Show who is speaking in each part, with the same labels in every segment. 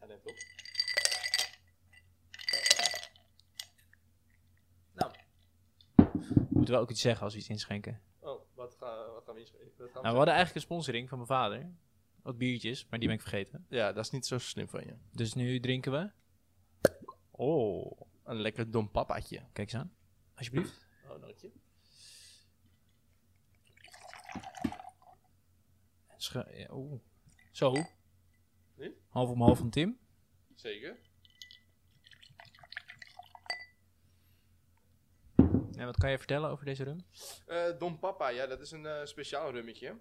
Speaker 1: Alleen toch?
Speaker 2: Moeten we ook iets zeggen als we iets inschenken?
Speaker 1: Oh, wat, ga, wat gaan we inschrijven? Wat gaan
Speaker 2: Nou, we hadden eigenlijk een sponsoring van mijn vader. Wat biertjes, maar die ben ik vergeten.
Speaker 3: Ja, dat is niet zo slim van je.
Speaker 2: Dus nu drinken we. Oh,
Speaker 3: Een lekker dom papaatje.
Speaker 2: kijk eens aan. Alsjeblieft.
Speaker 1: zeggen? Oh, dank je.
Speaker 2: Schu- ja, oeh. Zo.
Speaker 1: Nu?
Speaker 2: Half om half van Tim.
Speaker 1: Zeker.
Speaker 2: En wat kan je vertellen over deze rum?
Speaker 3: Eh, Dom Papa, ja, dat is een eh, speciaal rummetje.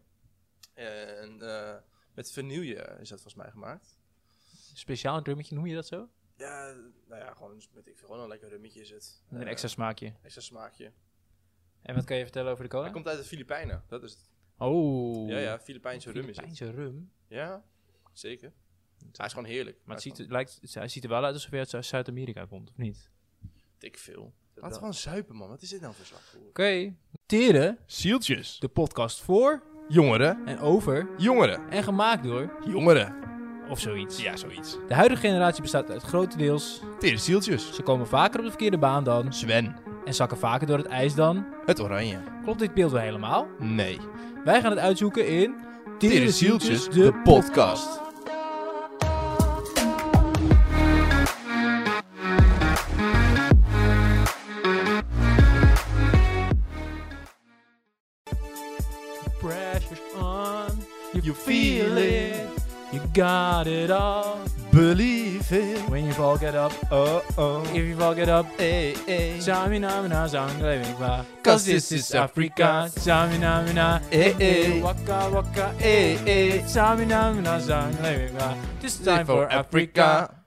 Speaker 3: En eh, met vanille is dat volgens mij gemaakt.
Speaker 2: Speciaal drummetje, noem je dat zo?
Speaker 3: Ja, nou ja, gewoon, weet ik, veel, gewoon een lekker rummetje is het.
Speaker 2: Met een
Speaker 3: Eh,
Speaker 2: extra smaakje.
Speaker 3: extra smaakje.
Speaker 2: En wat kan je vertellen over de
Speaker 3: Hij
Speaker 2: cola?
Speaker 3: komt uit de Filipijnen, dat is het.
Speaker 2: Oh.
Speaker 3: Ja, ja, Filipijnse rum is het.
Speaker 2: Filipijnse rum.
Speaker 3: Ja, zeker. Hij is gewoon heerlijk.
Speaker 2: Maar het
Speaker 3: Hij
Speaker 2: ziet,
Speaker 3: is
Speaker 2: er- lijkt, het- hij ziet er wel uit alsof hij uit Zu- Zuid-Amerika komt, of niet?
Speaker 3: gewoon dik veel.
Speaker 1: wel.
Speaker 3: Laten we gewoon zuipen, man. Wat is dit nou voor slag?
Speaker 2: Oké. Teren,
Speaker 3: Zieltjes.
Speaker 2: de podcast voor
Speaker 3: Jongeren.
Speaker 2: en over
Speaker 3: Jongeren.
Speaker 2: en gemaakt door,
Speaker 3: Jongeren.
Speaker 2: of zoiets.
Speaker 3: Ja, zoiets.
Speaker 2: De huidige generatie bestaat uit grotendeels.
Speaker 3: Tere zieltjes.
Speaker 2: Ze komen vaker op de verkeerde baan dan
Speaker 3: Sven.
Speaker 2: en zakken vaker door het ijs dan.
Speaker 3: Het oranje.
Speaker 2: Klopt dit beeld wel helemaal?
Speaker 3: Nee.
Speaker 2: Wij gaan het uitzoeken in
Speaker 3: Tere zieltjes, de podcast.
Speaker 2: Pressure's on.
Speaker 3: You feel it.
Speaker 2: You got it all.
Speaker 3: Believe it.
Speaker 2: When you fall, get up.
Speaker 3: Oh oh.
Speaker 2: If you fall, get up.
Speaker 3: Hey, hey.
Speaker 2: Samina, samina,
Speaker 3: 'Cause this is Africa.
Speaker 2: Samina, mina.
Speaker 3: Eh, eh.
Speaker 2: Waka, waka. eh,
Speaker 3: Hey, hey.
Speaker 2: Samina, mina, samina, This time for Africa.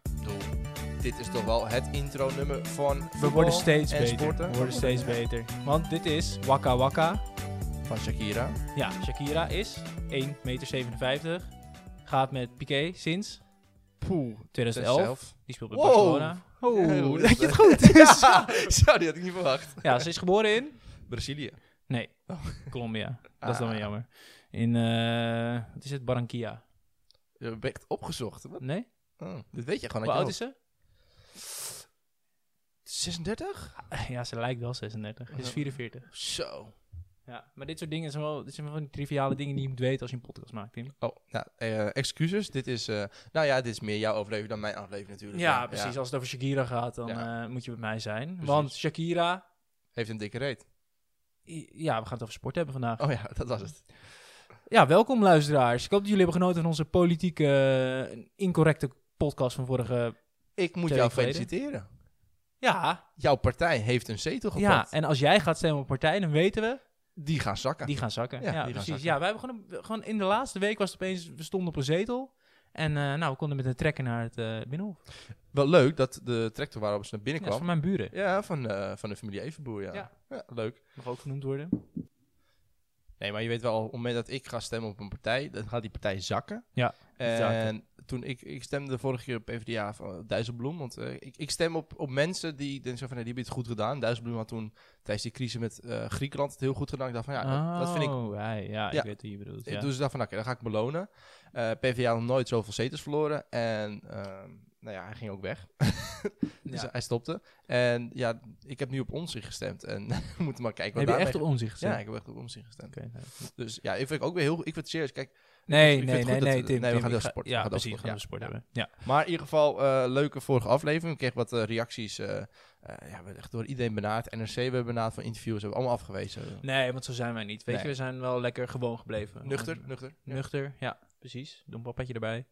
Speaker 3: Dit is toch wel het intro-nummer van.
Speaker 2: We worden steeds
Speaker 3: en
Speaker 2: beter.
Speaker 3: sporten.
Speaker 2: We worden steeds beter. Want dit is Waka Waka.
Speaker 3: Van Shakira.
Speaker 2: Ja, Shakira is 1,57 meter. Gaat met Piqué sinds
Speaker 3: Poeh.
Speaker 2: 2011. Die speelt bij
Speaker 3: Wow.
Speaker 2: Barcelona.
Speaker 3: Heel
Speaker 2: Oh,
Speaker 3: goed.
Speaker 2: dat je het goed is.
Speaker 3: Zo, die had ik niet verwacht.
Speaker 2: Ja, ze is geboren in...
Speaker 3: Brazilië.
Speaker 2: Nee,
Speaker 3: Oh.
Speaker 2: Colombia. Dat is dan weer
Speaker 3: Ah.
Speaker 2: jammer. In, eh, wat is het, Barranquilla?
Speaker 3: Je bent opgezocht. Wat?
Speaker 2: Nee?
Speaker 3: Oh, dit weet je gewoon.
Speaker 2: Hoe
Speaker 3: uit je
Speaker 2: oud is ze?
Speaker 3: hoofd. 36?
Speaker 2: Ja, ze lijkt wel 36. Ze is
Speaker 3: Ja.
Speaker 2: 44.
Speaker 3: Zo.
Speaker 2: Ja, maar dit soort dingen zijn wel, dit zijn wel van die triviale dingen die je moet weten als je een podcast maakt, Tim.
Speaker 3: Oh, nou, eh, excuses. Dit is, eh, nou ja, dit is meer jouw overleving dan mijn aflevering natuurlijk.
Speaker 2: Ja, precies. Als het over Shakira gaat, dan
Speaker 3: Ja.
Speaker 2: eh, moet je bij mij zijn.
Speaker 3: Precies.
Speaker 2: Want Shakira...
Speaker 3: Heeft een dikke reet.
Speaker 2: i- Ja, we gaan het over sport hebben vandaag.
Speaker 3: Oh ja, dat was het.
Speaker 2: Ja, welkom luisteraars. Ik hoop dat jullie hebben genoten van onze politieke eh, incorrecte podcast van vorige...
Speaker 3: Ik moet
Speaker 2: Twee
Speaker 3: jou
Speaker 2: weken geleden.
Speaker 3: feliciteren.
Speaker 2: Ja,
Speaker 3: Jouw partij heeft een zetel gepakt.
Speaker 2: ja, en als jij gaat stemmen op partij, dan weten we,
Speaker 3: Die gaan zakken.
Speaker 2: die gaan zakken. Ja,
Speaker 3: Ja, die gaan
Speaker 2: precies.
Speaker 3: zakken.
Speaker 2: Ja, wij hebben gewoon, een- gewoon in de laatste week was het opeens, we stonden op een zetel. En eh, nou, we konden met een trekker naar het eh Binnenhof. Ja,
Speaker 3: Wel leuk dat de tractor waarop ze naar binnen
Speaker 2: dat is
Speaker 3: kwam.
Speaker 2: van mijn buren.
Speaker 3: Ja, van, eh, van de familie Evenboer, ja.
Speaker 2: Ja.
Speaker 3: ja. leuk.
Speaker 2: Mag ook genoemd worden.
Speaker 3: Nee, maar je weet wel, op het moment dat ik ga stemmen op een partij, dan gaat die partij zakken.
Speaker 2: Ja,
Speaker 3: En toen ik, ik stemde de vorige keer op PvdA van eh, Dijsselbloem, want eh, ik, ik stem op, op mensen die ik denk zo van, nee, die hebben het goed gedaan. Dijsselbloem had toen tijdens die crisis met eh, Griekenland het heel goed gedaan. Ik dacht van, ja, dat, dat vind ik...
Speaker 2: Oh, ja, ja,
Speaker 3: Ja.
Speaker 2: ik weet wat je bedoelt.
Speaker 3: Dus
Speaker 2: Ja.
Speaker 3: ik dacht van, oké, dan ga ik belonen. Eh PvdA had nog nooit zoveel zetels verloren en... ehm, nou ja, hij ging ook weg. Dus
Speaker 2: Ja.
Speaker 3: hij stopte. En ja, ik heb nu op onzin gestemd. En we moeten maar kijken wat
Speaker 2: Heb je
Speaker 3: daarmee
Speaker 2: echt op onzicht gezet?
Speaker 3: Ja, ik heb echt op onzin gestemd.
Speaker 2: Oké, nou,
Speaker 3: Dus ja, ik vind ik ook weer heel Ik vind het serieus. Kijk,
Speaker 2: Nee,
Speaker 3: Ik vind
Speaker 2: nee,
Speaker 3: het
Speaker 2: nee,
Speaker 3: goed dat
Speaker 2: nee,
Speaker 3: we-
Speaker 2: Tim.
Speaker 3: nee, we
Speaker 2: Tim,
Speaker 3: gaan dus
Speaker 2: ik
Speaker 3: over
Speaker 2: ga-
Speaker 3: sport. We
Speaker 2: Ja,
Speaker 3: gaan over
Speaker 2: precies, we
Speaker 3: sport, ja.
Speaker 2: gaan over sport hebben. Ja.
Speaker 3: maar in ieder geval, eh, leuke vorige aflevering. Ik kreeg wat eh, reacties. eh eh, ja, we werden echt door iedereen benaard. NRC hebben we benaard van interviews. Hebben we allemaal afgewezen.
Speaker 2: Nee, want zo zijn wij niet. Weet
Speaker 3: Nee.
Speaker 2: je, we zijn wel lekker gewoon gebleven.
Speaker 3: Nuchter,
Speaker 2: Gewoon-
Speaker 3: nuchter. Ja.
Speaker 2: Nuchter, ja, precies. Doe een papetje erbij.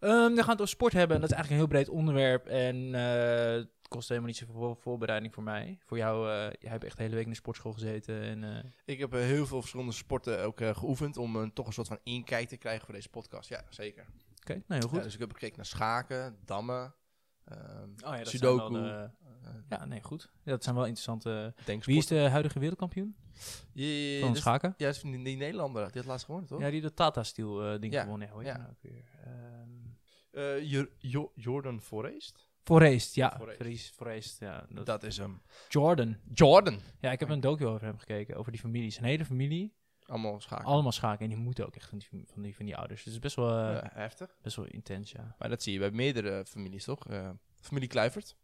Speaker 2: Ehm, dan gaan we het over sport hebben. En dat is eigenlijk een heel breed onderwerp. En eh, het kost helemaal niet zoveel voor- voorbereiding voor mij. Voor jou, eh, jij hebt echt de hele week in de sportschool gezeten. En, eh,
Speaker 3: Ik heb eh, heel veel verschillende sporten ook eh, geoefend. Om een, toch een soort van inkijk te krijgen voor deze podcast. Ja, zeker.
Speaker 2: Oké, nou heel
Speaker 3: Ja,
Speaker 2: goed.
Speaker 3: dus ik heb gekeken naar schaken, dammen. ehm
Speaker 2: oh, ja, dat
Speaker 3: Sudoku.
Speaker 2: zijn wel de-
Speaker 3: eh,
Speaker 2: ja, nee, goed. Ja, dat zijn wel interessante...
Speaker 3: denksport.
Speaker 2: Wie is de huidige wereldkampioen
Speaker 3: Je-
Speaker 2: van
Speaker 3: dat is-
Speaker 2: schaken?
Speaker 3: Ja, dat is die, die Nederlander. Die had laatst gewonnen, toch?
Speaker 2: Ja, die de Tata Steel eh ding
Speaker 3: Ja,
Speaker 2: gewonnen. Ja, hoe heet
Speaker 3: ja.
Speaker 2: die nou ook weer? Ehm,
Speaker 3: Eh, Jor- Jo- Jordan Forest.
Speaker 2: Forest, ja.
Speaker 3: Forest.
Speaker 2: Forest, Forest ja. Dat-
Speaker 3: Dat is hem.
Speaker 2: Jordan.
Speaker 3: Jordan.
Speaker 2: Ja, ik heb een docu over hem gekeken, over die familie. Zijn hele familie
Speaker 3: Allemaal schaken.
Speaker 2: Allemaal schaken. En die moeten ook echt van die, van die, van die ouders. Dus het is best wel, eh,
Speaker 3: Ja, heftig.
Speaker 2: best wel intens, ja.
Speaker 3: Maar dat zie je bij meerdere families, toch? Eh, familie Kluivert.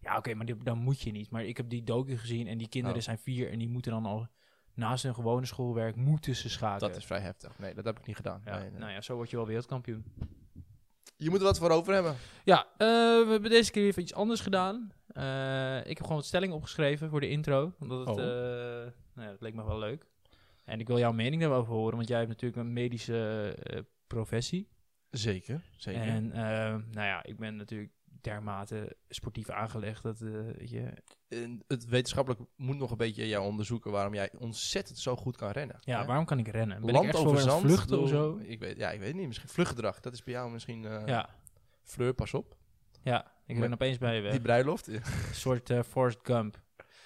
Speaker 2: Ja, oké, maar die- dan moet je niet. Maar ik heb die docu gezien en die kinderen
Speaker 3: Oh.
Speaker 2: zijn vier en die moeten dan al naast hun gewone schoolwerk moeten ze schaken.
Speaker 3: Dat is vrij heftig. Nee, dat heb ik niet gedaan.
Speaker 2: ja,
Speaker 3: Nee, nee.
Speaker 2: Nou ja, zo word je wel wereldkampioen.
Speaker 3: Je moet er wat voor over hebben.
Speaker 2: Ja, eh, we hebben deze keer even iets anders gedaan. Eh, ik heb gewoon wat stellingen opgeschreven voor de intro. Omdat het,
Speaker 3: Oh.
Speaker 2: eh, nou ja, het leek me wel leuk. En ik wil jouw mening daarover horen, want jij hebt natuurlijk een medische eh, professie.
Speaker 3: Zeker, zeker.
Speaker 2: En eh, nou ja, ik ben natuurlijk dermate sportief aangelegd dat eh, weet je.
Speaker 3: En het wetenschappelijk moet nog een beetje jou onderzoeken waarom jij ontzettend zo goed kan rennen.
Speaker 2: Ja,
Speaker 3: Hè?
Speaker 2: waarom kan ik rennen? Ben
Speaker 3: Land
Speaker 2: ik echt zo
Speaker 3: over
Speaker 2: aan het
Speaker 3: zand.
Speaker 2: vluchten of
Speaker 3: bedoel,
Speaker 2: zo?
Speaker 3: Ik weet, ja, ik weet niet. Misschien vluchtgedrag. Dat is bij jou misschien... eh
Speaker 2: Ja,
Speaker 3: Fleur, pas op.
Speaker 2: ja. Ik ben
Speaker 3: Maar-
Speaker 2: opeens bij je weg.
Speaker 3: Die bruiloft.
Speaker 2: Een soort eh Forrest Gump.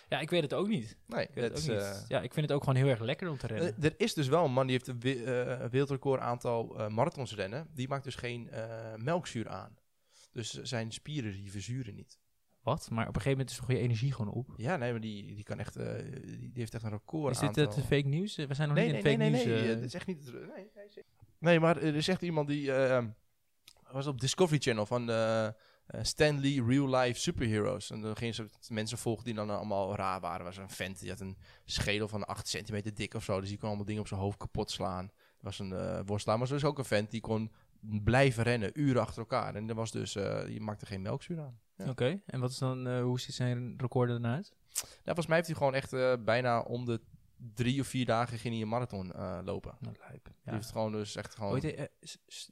Speaker 2: Ja, ik weet het ook niet.
Speaker 3: nee,
Speaker 2: Ik weet
Speaker 3: dat is...
Speaker 2: het ook niet.
Speaker 3: eh,
Speaker 2: ja, ik vind het ook gewoon heel erg lekker om te rennen.
Speaker 3: Eh, Er is dus wel een man die heeft een wi- eh, een wereldrecord aantal eh, marathons rennen. Die maakt dus geen eh, melkzuur aan. Dus zijn spieren die verzuren niet.
Speaker 2: Wat? Maar op een gegeven moment is toch je energie gewoon op.
Speaker 3: Ja, nee, maar die, die kan echt, eh, die, die heeft echt een record
Speaker 2: Is dit
Speaker 3: aantal.
Speaker 2: het fake nieuws? We zijn nog
Speaker 3: nee,
Speaker 2: niet
Speaker 3: nee,
Speaker 2: in
Speaker 3: nee,
Speaker 2: het
Speaker 3: nee,
Speaker 2: fake
Speaker 3: nee,
Speaker 2: nieuws.
Speaker 3: eh,
Speaker 2: eh.
Speaker 3: dat is echt niet. Nee, nee, zeker. nee, maar er is echt iemand die eh, was op Discovery Channel van eh, eh, Stanley Real Life Superheroes. En dan gingen ze mensen volgen die dan allemaal raar waren. Er was een vent die had een schedel van 8 centimeter dik of zo. Dus die kon allemaal dingen op zijn hoofd kapot slaan. Er was een eh worstelaar, maar er was ook een vent die kon blijven rennen, uren achter elkaar. En er was dus, eh, die maakte geen melkzuur aan.
Speaker 2: Oké, en wat is dan, eh, hoe ziet zijn record eruit?
Speaker 3: Nou, volgens mij heeft hij gewoon echt eh, bijna om de drie of vier dagen ging hij een marathon eh, lopen.
Speaker 2: Nou, lijp.
Speaker 3: Die heeft gewoon dus echt gewoon...
Speaker 2: Ooit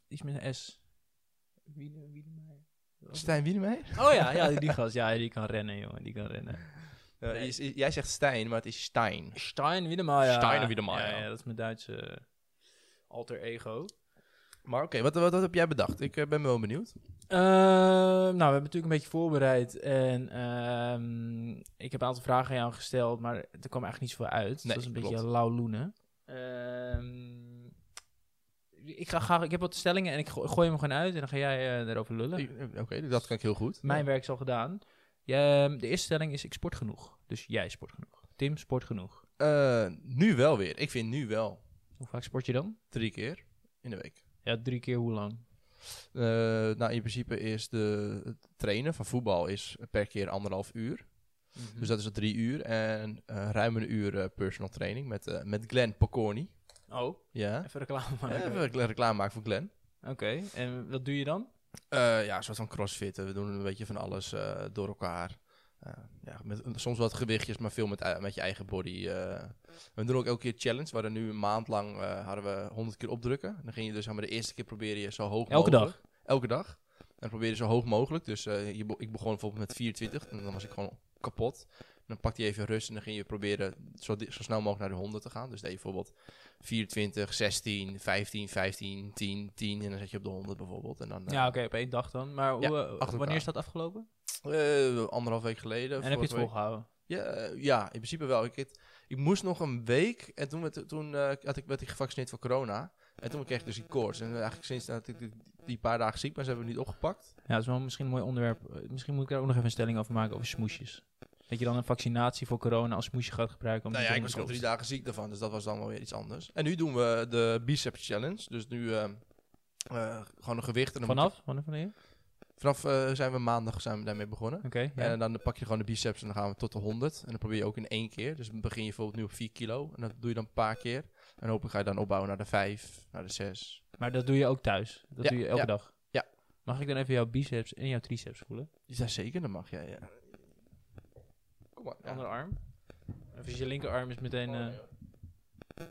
Speaker 2: iets met een Eh, S. Wiele- Wielemeyer.
Speaker 3: Stijn Wienemeijer?
Speaker 2: Oh ja, ja, die gast. Ja, die kan rennen, jongen. Die kan rennen.
Speaker 3: Ja,
Speaker 2: Nee.
Speaker 3: Eh, is- is- jij zegt Stijn, maar het is Stein.
Speaker 2: Stein Wiedemeyer.
Speaker 3: Steiner Wiedemeyer.
Speaker 2: Ja, ja, dat is mijn Duitse alter ego.
Speaker 3: Maar oké, wat, wat, wat heb jij bedacht? Ik eh, ben wel benieuwd.
Speaker 2: Ehm, nou, we hebben natuurlijk een beetje voorbereid. En ehm, ik heb een aantal vragen aan jou gesteld, maar er kwam eigenlijk niet zoveel uit.
Speaker 3: Nee,
Speaker 2: dat is een
Speaker 3: klopt.
Speaker 2: beetje lauw loenen. Ehm, ik, ga, graag- ik heb wat stellingen en ik go- gooi hem gewoon uit en dan ga jij eh, daarover lullen.
Speaker 3: Ik- eh, Oké, dat kan ik heel goed.
Speaker 2: Mijn werk is al gedaan. Ja, de eerste stelling is ik sport genoeg. Dus jij sport genoeg. Tim sport genoeg.
Speaker 3: Eh, nu wel weer. Ik vind nu wel.
Speaker 2: Hoe vaak sport je dan?
Speaker 3: Drie keer in de week.
Speaker 2: Ja, drie keer hoe lang?
Speaker 3: Eh, nou, in principe is de, het trainen van voetbal is per keer anderhalf uur.
Speaker 2: Hm.
Speaker 3: Dus dat is het drie uur. En eh, ruim een uur eh, personal training met, eh, met Glenn Pocorni.
Speaker 2: Oh,
Speaker 3: Ja.
Speaker 2: even reclame maken.
Speaker 3: Even recla- Eh, reclame maken voor Glenn.
Speaker 2: Oké, en wat doe je dan?
Speaker 3: Eh, ja, een soort van crossfitten. We doen een beetje van alles eh, door elkaar. Eh, ja, met, soms wat gewichtjes, maar veel met, ei- met je eigen body. eh. We doen ook elke keer challenge. We hadden nu een maand lang eh, hadden we 100 keer opdrukken. En dan ging je dus zeg maar, de eerste keer proberen je zo hoog
Speaker 2: Elke
Speaker 3: mogelijk.
Speaker 2: dag?
Speaker 3: Elke dag. En probeer je zo hoog mogelijk. Dus eh, je be- ik begon bijvoorbeeld met 24 en dan was ik gewoon kapot. En dan pakte je even rust en dan ging je proberen zo, di- zo snel mogelijk naar de 100 te gaan. Dus deed je bijvoorbeeld 24, 16, 15, 15, 10, 10. En dan zet je op de 100 bijvoorbeeld. En dan, eh,
Speaker 2: Ja, oké, op één dag dan. Maar hoe,
Speaker 3: Ja,
Speaker 2: eh,
Speaker 3: achter elkaar.
Speaker 2: wanneer is dat afgelopen?
Speaker 3: Eh, anderhalf week geleden.
Speaker 2: en heb je het
Speaker 3: vorige week.
Speaker 2: volgehouden?
Speaker 3: Ja, eh, ja, in principe wel. Ik, het- ik moest nog een week en toen, werd, toen eh, had ik, werd ik gevaccineerd voor corona. En toen kreeg ik dus die koorts. En eigenlijk sinds dat ik die, die paar dagen ziek ben, ze hebben we het niet opgepakt.
Speaker 2: Ja, dat is wel misschien een mooi onderwerp. Eh, Misschien moet ik daar ook nog even een stelling over maken over smoesjes. Dat je dan een vaccinatie voor corona als smoesje gaat gebruiken. Om
Speaker 3: nou
Speaker 2: die
Speaker 3: ja, ik
Speaker 2: dingen
Speaker 3: was al
Speaker 2: te
Speaker 3: drie dagen ziek daarvan, dus dat was dan wel weer iets anders. En nu doen we de biceps challenge. Dus nu eh, eh, gewoon een gewicht. En dan moet
Speaker 2: Vanaf? Vanaf wanneer? Oké,
Speaker 3: je- vanaf eh, zijn we maandag zijn we daarmee begonnen.
Speaker 2: ja.
Speaker 3: En dan pak je gewoon de biceps en dan gaan we tot de 100. En dan probeer je ook in één keer. Dus dan begin je bijvoorbeeld nu op 4 kilo. En dat doe je dan een paar keer. En hopelijk ga je dan opbouwen naar de 5, naar de 6.
Speaker 2: Maar dat doe je ook thuis? Dat
Speaker 3: Ja,
Speaker 2: doe je elke
Speaker 3: ja,
Speaker 2: dag?
Speaker 3: ja.
Speaker 2: Mag ik dan even jouw biceps en jouw triceps voelen?
Speaker 3: Jazeker, dan mag jij. Ja. Kom maar. ja.
Speaker 2: Andere arm? Even je linkerarm is meteen...
Speaker 3: Oh,
Speaker 2: eh,
Speaker 3: ja.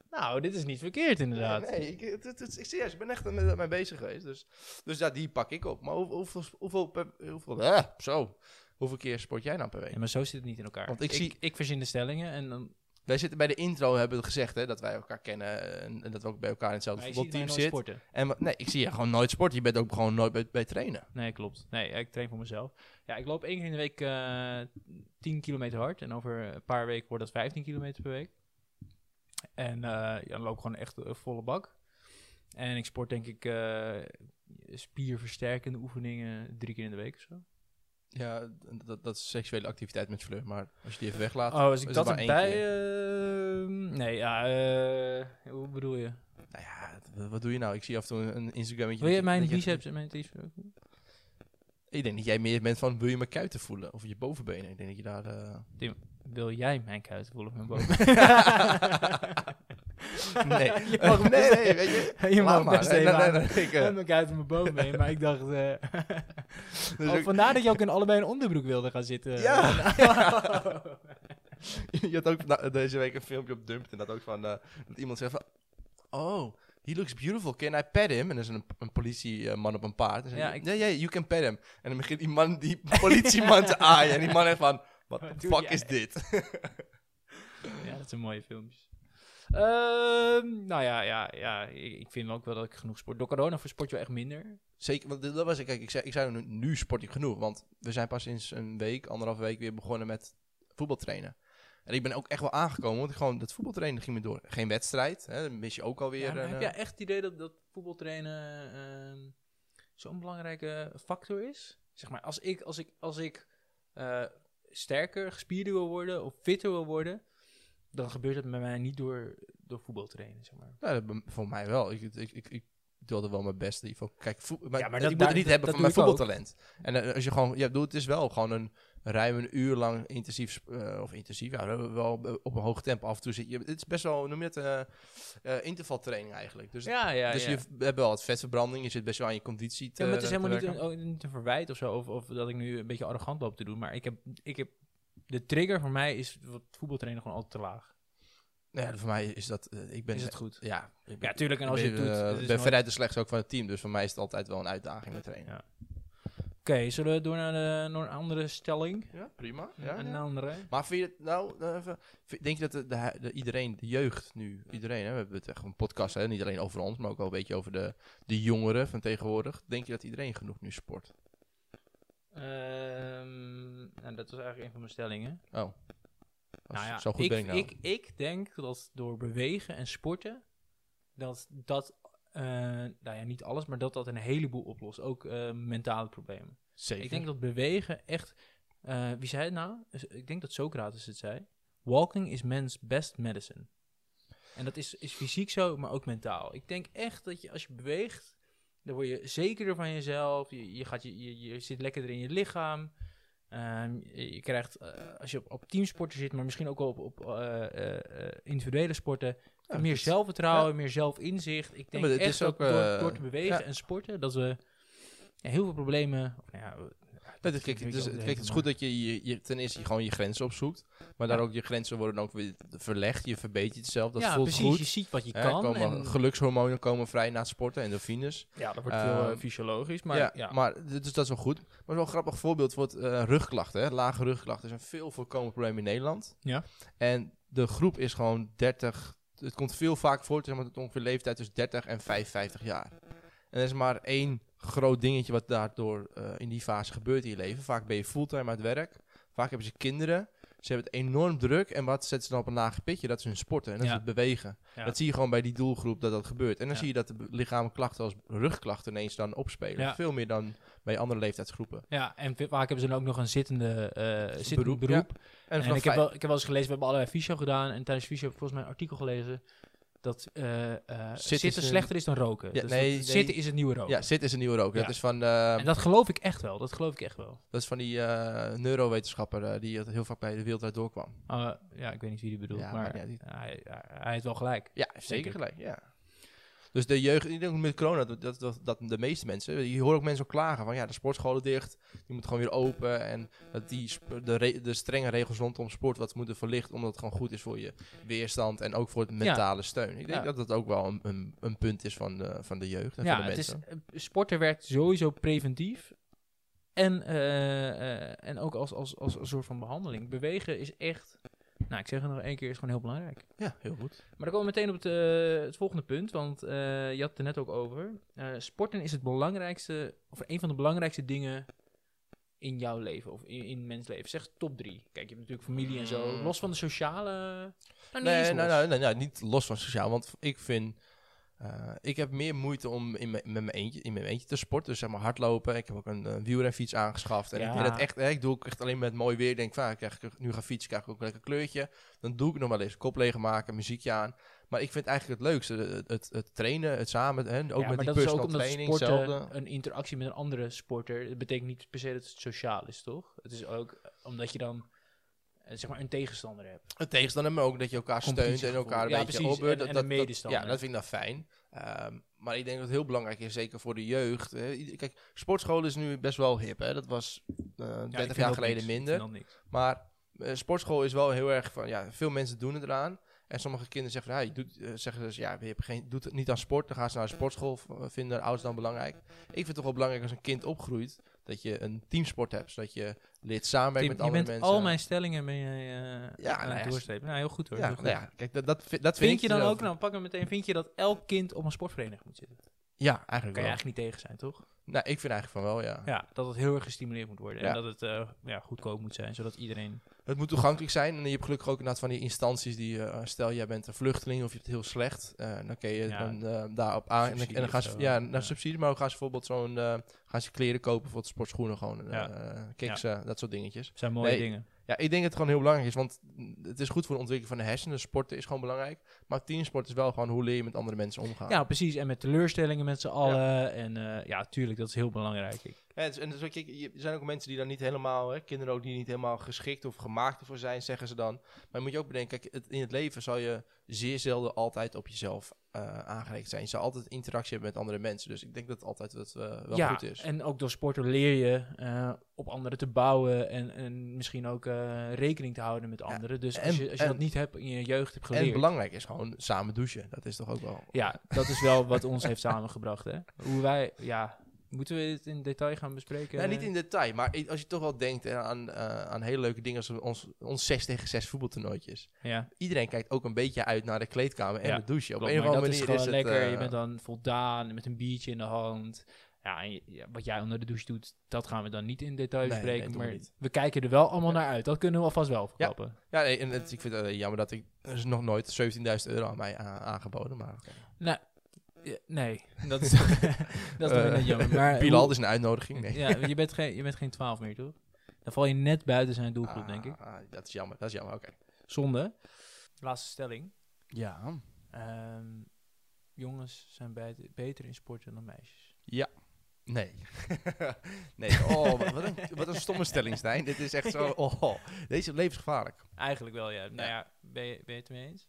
Speaker 2: Nou, dit is niet verkeerd inderdaad.
Speaker 3: Nee, nee, ik, het, het- het- ik, serieus, ik ben echt met- mee bezig geweest. Dus, dus ja, die pak ik op. Maar hoe- hoeveel, hoeveel, per- hoeveel, eh, zo. hoeveel keer sport jij nou per week?
Speaker 2: Ja, maar zo zit het niet in elkaar.
Speaker 3: Want ik zie-
Speaker 2: ik verzin de stellingen en dan...
Speaker 3: Wij zitten bij de intro, hebben we gezegd hè, dat wij elkaar kennen. En, en dat we ook bij elkaar in hetzelfde
Speaker 2: Maar je ziet mij
Speaker 3: voetbalteam
Speaker 2: nooit
Speaker 3: zitten.
Speaker 2: sporten.
Speaker 3: En, we- nee, ik zie je gewoon nooit sporten. Je bent ook gewoon nooit bij, bij trainen.
Speaker 2: Nee, klopt. Nee, ik train voor mezelf. Ja, ik loop één keer in de week eh 10 kilometer hard. En over een paar weken wordt dat 15 kilometer per week. En eh, ja, dan loop ik gewoon echt eh, volle bak. En ik sport denk ik eh, spierversterkende oefeningen drie keer in de week of zo.
Speaker 3: Ja, dat, dat is seksuele activiteit met Fleur. Maar als je die even weglaat...
Speaker 2: Oh, als ik
Speaker 3: is
Speaker 2: dat
Speaker 3: het maar één
Speaker 2: erbij...
Speaker 3: keer.
Speaker 2: eh, nee, ja, eh, hoe bedoel je?
Speaker 3: Nou ja, wat- wat doe je nou? Ik zie af en toe een Instagrammetje...
Speaker 2: Wil
Speaker 3: dat
Speaker 2: je mijn
Speaker 3: dat
Speaker 2: biceps en mijn triceps? ook?
Speaker 3: Ik denk dat jij meer bent van... Wil je mijn kuiten voelen? Of je bovenbenen? Ik denk dat je daar... eh,
Speaker 2: Wil jij mijn kuit voelen of mijn boom?
Speaker 3: Nee.
Speaker 2: je mag
Speaker 3: nee,
Speaker 2: hem best-
Speaker 3: nee, weet je.
Speaker 2: Je
Speaker 3: laat
Speaker 2: mag hem
Speaker 3: maar.
Speaker 2: best
Speaker 3: Nee,
Speaker 2: even
Speaker 3: nee, nee,
Speaker 2: aan.
Speaker 3: nee, ik, eh,
Speaker 2: En mijn kuit en mijn boom mee, maar ik dacht... eh,
Speaker 3: dus
Speaker 2: oh,
Speaker 3: ook-
Speaker 2: vandaar dat je ook in allebei een onderbroek wilde gaan zitten.
Speaker 3: Ja. je had ook vana- deze week een filmpje op Dumpt en dat ook van eh, dat iemand zei van, oh, he looks beautiful, can I pet him? En er is een, een politieman op een paard. En zei,
Speaker 2: Ja,
Speaker 3: ja,
Speaker 2: ik-
Speaker 3: ja, you can pet him. En dan begint die man die politieman te aaien en die man echt van, what
Speaker 2: Wat
Speaker 3: the
Speaker 2: doe
Speaker 3: fuck
Speaker 2: jij?
Speaker 3: is dit?
Speaker 2: Ja, dat zijn mooie filmpjes. Ehm, nou ja, ja, ja ik, ik vind ook wel dat ik genoeg sport. Door corona sport je wel echt minder.
Speaker 3: Zeker, want dat was ik. Kijk, ik zei, ik zei nu, nu sport ik genoeg, want we zijn pas sinds een week, anderhalf week weer begonnen met voetbaltrainen. En ik ben ook echt wel aangekomen, want ik gewoon dat voetbaltrainen ging me door. Geen wedstrijd, hè, dan mis je ook alweer.
Speaker 2: Ja, maar
Speaker 3: een,
Speaker 2: heb
Speaker 3: eh,
Speaker 2: jij echt het idee dat, dat voetbaltrainen ehm, zo'n belangrijke factor is? Zeg maar, als ik, als ik, als ik eh, sterker, gespierder wil worden of fitter wil worden, dan gebeurt het bij mij niet door, door voetbaltrainen, zeg maar.
Speaker 3: Nou, dat be- voor mij wel. Ik, ik, ik, ik doe altijd wel mijn best. in ieder geval. Kijk, voet- maar,
Speaker 2: maar
Speaker 3: ik
Speaker 2: dat-
Speaker 3: moet
Speaker 2: daar-
Speaker 3: het niet
Speaker 2: dat-
Speaker 3: hebben van
Speaker 2: dat
Speaker 3: mijn
Speaker 2: doe ik ook.
Speaker 3: voetbaltalent. En eh, als je gewoon... Ja, ik bedoel, het is wel gewoon een ruim een uur lang intensief... sp- eh, of intensief, ja, wel eh, op een hoog tempo. Af en toe zit je... Het is best wel, hoe noem je het? eh, eh, intervaltraining eigenlijk. Dus,
Speaker 2: Ja, ja,
Speaker 3: dus je v- hebt wel wat vetverbranding. Je zit best wel aan je conditie te
Speaker 2: Ja, maar het is
Speaker 3: te
Speaker 2: helemaal niet een,
Speaker 3: werken.
Speaker 2: ook niet een verwijt of zo, of, of dat ik nu een beetje arrogant loop te doen, maar ik heb, ik heb de trigger voor mij is wat voetbaltrainen gewoon altijd te laag.
Speaker 3: Nou Ja, voor mij is dat... eh, ik ben...
Speaker 2: Is het goed?
Speaker 3: Ja. ik ben-
Speaker 2: Ja, tuurlijk. En als je
Speaker 3: ik
Speaker 2: het
Speaker 3: ben,
Speaker 2: doet,
Speaker 3: eh,
Speaker 2: het
Speaker 3: ben
Speaker 2: is nooit-
Speaker 3: veruit de slechtste ook van het team. Dus voor mij is het altijd wel een uitdaging met trainen.
Speaker 2: Ja. Oké, zullen we door naar, de, naar een andere stelling?
Speaker 3: Ja, prima.
Speaker 2: een andere?
Speaker 3: Maar vind je het nou, eh, even- vind- denk je dat de, de hu- de iedereen, de jeugd nu, iedereen, hè, we hebben het echt een podcast, hè, niet alleen over ons, maar ook wel een beetje over de, de jongeren van tegenwoordig. Denk je dat iedereen genoeg nu sport?
Speaker 2: Ehm, nou, dat was eigenlijk een van mijn stellingen.
Speaker 3: Oh. Als-
Speaker 2: nou ja,
Speaker 3: zo goed
Speaker 2: ik,
Speaker 3: ben ik nou.
Speaker 2: ik, ik denk dat door bewegen en sporten, dat dat, eh, nou ja, niet alles, maar dat dat een heleboel oplost. Ook eh, mentale problemen.
Speaker 3: Zeker.
Speaker 2: Ik denk dat bewegen echt. eh, wie zei het nou? Dus Ik denk dat Socrates het zei. Walking is man's best medicine. En dat is, is fysiek zo, maar ook mentaal. Ik denk echt dat je als je beweegt, dan word je zekerder van jezelf. Je, je, gaat, je, je, je zit lekkerder in je lichaam. Ehm, je je krijgt, eh, als je op, op teamsporten zit, maar misschien ook wel op, op eh, eh, eh, individuele sporten,
Speaker 3: Ja,
Speaker 2: meer
Speaker 3: dat-
Speaker 2: zelfvertrouwen, meer zelfinzicht. Ik denk
Speaker 3: maar dit
Speaker 2: echt
Speaker 3: is ook,
Speaker 2: dat door,
Speaker 3: eh,
Speaker 2: door te bewegen
Speaker 3: ja.
Speaker 2: en sporten, dat we ja, heel veel problemen. of nou ja, we-
Speaker 3: Nee, dat- kijk, dus het is, kijk, het is goed dat je, je, je ten eerste gewoon je grenzen opzoekt, maar daar ook je grenzen worden ook weer verlegd, je verbetert jezelf, dat
Speaker 2: ja,
Speaker 3: voelt
Speaker 2: precies. Je
Speaker 3: goed.
Speaker 2: ziet wat je
Speaker 3: Hè,
Speaker 2: kan.
Speaker 3: komen,
Speaker 2: en,
Speaker 3: Gelukshormonen komen vrij na het sporten, endorfines.
Speaker 2: ja, dat wordt
Speaker 3: eh,
Speaker 2: heel eh, fysiologisch, maar ja.
Speaker 3: ja, maar d- dus dat is wel goed. Maar wel een grappig voorbeeld wordt eh, rugklachten. Hè? Lage rugklachten is een veel voorkomend probleem in Nederland.
Speaker 2: Ja.
Speaker 3: En de groep is gewoon 30. Het komt veel vaak voor, zeg maar, dat ongeveer leeftijd tussen 30 en 55 jaar. En er is maar één groot dingetje wat daardoor eh, in die fase gebeurt in je leven. Vaak ben je fulltime aan het werk. Vaak hebben ze kinderen. Ze hebben het enorm druk. En wat zetten ze dan op een laag pitje? Dat is hun sporten en dat
Speaker 2: Ja.
Speaker 3: is het bewegen.
Speaker 2: Ja.
Speaker 3: Dat zie je gewoon bij die doelgroep dat dat gebeurt. En dan
Speaker 2: Ja.
Speaker 3: zie je dat de be- lichamelijke klachten als rugklachten ineens dan opspelen.
Speaker 2: Ja.
Speaker 3: Veel meer dan bij andere leeftijdsgroepen.
Speaker 2: ja, en ve- vaak hebben ze dan ook nog een zittende, eh, zittend beroep.
Speaker 3: Beroep,
Speaker 2: En,
Speaker 3: vanaf
Speaker 2: ik, heb
Speaker 3: vijf-
Speaker 2: wel, ik heb wel eens gelezen, we hebben allerlei fysio gedaan. En tijdens fysio heb ik volgens mij een artikel gelezen dat eh, eh,
Speaker 3: is
Speaker 2: zitten,
Speaker 3: een-
Speaker 2: slechter is dan roken.
Speaker 3: Ja,
Speaker 2: dus
Speaker 3: nee,
Speaker 2: dat
Speaker 3: nee.
Speaker 2: Zitten is het nieuwe roken.
Speaker 3: Ja, zit is een nieuwe rook.
Speaker 2: Ja.
Speaker 3: Dat, is van, eh,
Speaker 2: en dat geloof ik echt wel. Dat geloof ik echt wel.
Speaker 3: dat is van die eh, neurowetenschapper eh, die het heel vaak bij de wereldwijd doorkwam.
Speaker 2: Eh, ja, ik weet niet wie die bedoelt,
Speaker 3: Ja,
Speaker 2: maar
Speaker 3: maar ja, die-
Speaker 2: hij, hij, hij heeft wel gelijk.
Speaker 3: Ja, zeker
Speaker 2: Zeker.
Speaker 3: gelijk. Ja. Dus de jeugd, ik denk met corona, dat, dat, dat, dat de meeste mensen, je hoort ook mensen ook klagen van ja, de sportscholen dicht, die moeten gewoon weer open en dat die, sp- de, re- de strenge regels rondom sport wat moeten verlicht, omdat het gewoon goed is voor je weerstand en ook voor het mentale steun. Ik denk
Speaker 2: Ja.
Speaker 3: dat dat ook wel een, een, een punt is van de, van de jeugd en
Speaker 2: ja,
Speaker 3: van de
Speaker 2: het is,
Speaker 3: mensen.
Speaker 2: eh, sporten werkt sowieso preventief. En, eh, eh, en ook als, als, als een soort van behandeling. Bewegen is echt, nou ik zeg het nog één keer, is gewoon heel belangrijk.
Speaker 3: Ja, heel goed.
Speaker 2: Maar dan komen we meteen op het, eh, het volgende punt, want eh, je had het er net ook over. Eh, sporten is het belangrijkste, of een van de belangrijkste dingen in jouw leven, of in, in mens leven. Zeg top drie. Kijk, je hebt natuurlijk familie en zo.
Speaker 3: Mm.
Speaker 2: Los van de sociale... Nou, niet
Speaker 3: Nee,
Speaker 2: eens
Speaker 3: nee,
Speaker 2: los.
Speaker 3: nee, nee, nee, niet los van sociaal. Want ik vind Eh, ik heb meer moeite om in mijn- met mijn eentje, in mijn eentje te sporten. Dus zeg maar hardlopen. Ik heb ook een eh, wielrenfiets aangeschaft. En ik,
Speaker 2: Ja.
Speaker 3: deed dat echt, eh, ik doe ook echt alleen met mooi weer. Ik denk, van, ja, krijg ik, nu ga fietsen, krijg ik ook een lekker kleurtje. Dan doe ik nog wel eens kop leeg maken, muziekje aan. Maar ik vind eigenlijk het leukste, het, het, het trainen, het samen. Hè, ook met
Speaker 2: ja, maar
Speaker 3: die
Speaker 2: dat is
Speaker 3: personal
Speaker 2: ook omdat
Speaker 3: training,
Speaker 2: sporten
Speaker 3: hetzelfde.
Speaker 2: een interactie met een andere sporter. Het betekent niet per se dat het sociaal is, toch? Het is ook eh, omdat je dan eh, zeg maar een tegenstander hebt.
Speaker 3: Het tegenstander, maar ook dat je elkaar steunt en
Speaker 2: Competitiegevoel.
Speaker 3: elkaar een
Speaker 2: Ja,
Speaker 3: beetje
Speaker 2: precies.
Speaker 3: opbeurt.
Speaker 2: En-
Speaker 3: Dat,
Speaker 2: en
Speaker 3: dat-
Speaker 2: een
Speaker 3: dat-
Speaker 2: medestander.
Speaker 3: Ja, dat vind ik dan fijn. Ehm, maar ik denk dat het heel belangrijk is, zeker voor de jeugd. hè. Ieder- Kijk, sportscholen is nu best wel hip. Hè? Dat was eh 30 jaar geleden minder. Maar eh, sportschool is wel heel erg van, ja, veel mensen doen het eraan. En sommige kinderen zeggen, van, ja, je doet, eh, zeggen dus, ja, je hebt geen, doet het niet aan sport. Dan gaan ze naar de sportschool, v- vinden haar ouders dan belangrijk. Ik vind het toch wel belangrijk als een kind opgroeit, dat je een teamsport hebt. Zodat je leert samenwerken met
Speaker 2: Tim, je
Speaker 3: andere
Speaker 2: bent
Speaker 3: mensen.
Speaker 2: al mijn stellingen ben jij, eh,
Speaker 3: Ja,
Speaker 2: aan
Speaker 3: nou
Speaker 2: het
Speaker 3: ja,
Speaker 2: doorstrepen. Nou, heel goed hoor.
Speaker 3: Ja,
Speaker 2: heel goed.
Speaker 3: nou ja, kijk, dat, dat, vind- dat vind
Speaker 2: Vind, je
Speaker 3: ik dus
Speaker 2: dan
Speaker 3: zelf.
Speaker 2: ook, nou pak hem meteen, vind je dat elk kind op een sportvereniging moet zitten?
Speaker 3: Ja,
Speaker 2: Daar
Speaker 3: eigenlijk
Speaker 2: kan je
Speaker 3: wel.
Speaker 2: eigenlijk niet tegen zijn, toch?
Speaker 3: Nou, ik vind eigenlijk van wel, ja.
Speaker 2: Ja, dat het heel erg gestimuleerd moet worden.
Speaker 3: Ja.
Speaker 2: En dat het eh, ja, goedkoop moet zijn, zodat iedereen...
Speaker 3: Het moet toegankelijk zijn. En je hebt gelukkig ook inderdaad van die instanties die... eh, stel, jij bent een vluchteling of je hebt het heel slecht. eh, dan kun je
Speaker 2: Ja,
Speaker 3: dan, eh, daarop aan. En dan,
Speaker 2: subsidie
Speaker 3: en dan gaan
Speaker 2: of
Speaker 3: ze
Speaker 2: zo,
Speaker 3: ja,
Speaker 2: ja.
Speaker 3: naar subsidie. Maar ook gaan ze bijvoorbeeld zo'n... eh, gaan ze kleren kopen, bijvoorbeeld sportschoenen gewoon. eh
Speaker 2: Ja.
Speaker 3: kicks, eh, dat soort dingetjes.
Speaker 2: zijn mooie
Speaker 3: Nee.
Speaker 2: dingen.
Speaker 3: Ja, ik denk dat het gewoon heel belangrijk is. Want het is goed voor de ontwikkeling van de hersenen. Sporten is gewoon belangrijk. Maar teamsport is wel gewoon hoe leer je met andere mensen omgaan.
Speaker 2: Ja, precies. En met teleurstellingen met z'n allen. En eh, ja, tuurlijk, dat is heel belangrijk. Ik-
Speaker 3: Ja, het is- en dus, ook, kijk, je- er zijn ook mensen die daar niet helemaal, hè, kinderen ook die niet helemaal geschikt of gemaakt voor zijn, zeggen ze dan. Maar je moet je ook bedenken, kijk, het, in het leven zal je zeer zelden altijd op jezelf eh aangereikt zijn. Je zal altijd interactie hebben met andere mensen. Dus ik denk dat het altijd wat, eh, wel
Speaker 2: ja,
Speaker 3: goed is.
Speaker 2: en ook door sporten leer je eh, op anderen te bouwen. En, en misschien ook eh, rekening te houden met anderen. Dus als
Speaker 3: en-
Speaker 2: je, als je dat
Speaker 3: en-
Speaker 2: niet hebt in je jeugd hebt
Speaker 3: En
Speaker 2: geleerd...
Speaker 3: belangrijk is gewoon samen douchen. Dat is toch ook wel.
Speaker 2: ja, dat is wel wat ons heeft samengebracht. Hè? Hoe wij... Ja, moeten we dit in detail gaan bespreken?
Speaker 3: Nou, niet in detail, maar i- als je toch wel denkt hè, aan, eh, aan hele leuke dingen als ons, ons 6 tegen 6 voetbaltoernooitjes.
Speaker 2: Ja,
Speaker 3: Iedereen kijkt ook een beetje uit naar de kleedkamer en
Speaker 2: Ja,
Speaker 3: de douche. Op
Speaker 2: klopt,
Speaker 3: een of
Speaker 2: maar
Speaker 3: andere
Speaker 2: dat is
Speaker 3: manier
Speaker 2: gewoon
Speaker 3: het,
Speaker 2: lekker.
Speaker 3: eh,
Speaker 2: je bent dan voldaan met een biertje in de hand. Ja, en je- ja, wat jij onder de douche doet, dat gaan we dan niet in detail
Speaker 3: Nee, nee,
Speaker 2: bespreken.
Speaker 3: doen we
Speaker 2: maar
Speaker 3: niet.
Speaker 2: we kijken er wel allemaal naar uit. Dat kunnen we alvast wel verklappen.
Speaker 3: Ja, nee, en het- ik vind het eh, jammer dat ik... Er is nog nooit 17.000 euro aan mij a- aangeboden, maar... oké.
Speaker 2: Nou, Ja, nee, dat is, dat is nog
Speaker 3: Eh,
Speaker 2: net jammer. Maar
Speaker 3: Bilal,
Speaker 2: hoe-
Speaker 3: dit is een uitnodiging. Nee.
Speaker 2: ja, je, bent geen, je bent geen 12 meer, toch? Dan val je net buiten zijn doelgroep, denk ik.
Speaker 3: Ah, ah, dat is jammer, dat is jammer, oké.
Speaker 2: Zonde. Laatste stelling.
Speaker 3: Ja.
Speaker 2: Ehm, jongens zijn bij- beter in sporten dan meisjes.
Speaker 3: Nee. nee, oh, wat een, wat een stomme stelling, Stijn. Dit is echt zo... Oh, deze is levensgevaarlijk.
Speaker 2: Eigenlijk wel, ja. Nou
Speaker 3: Ja.
Speaker 2: ja, ben je, ben je het ermee eens?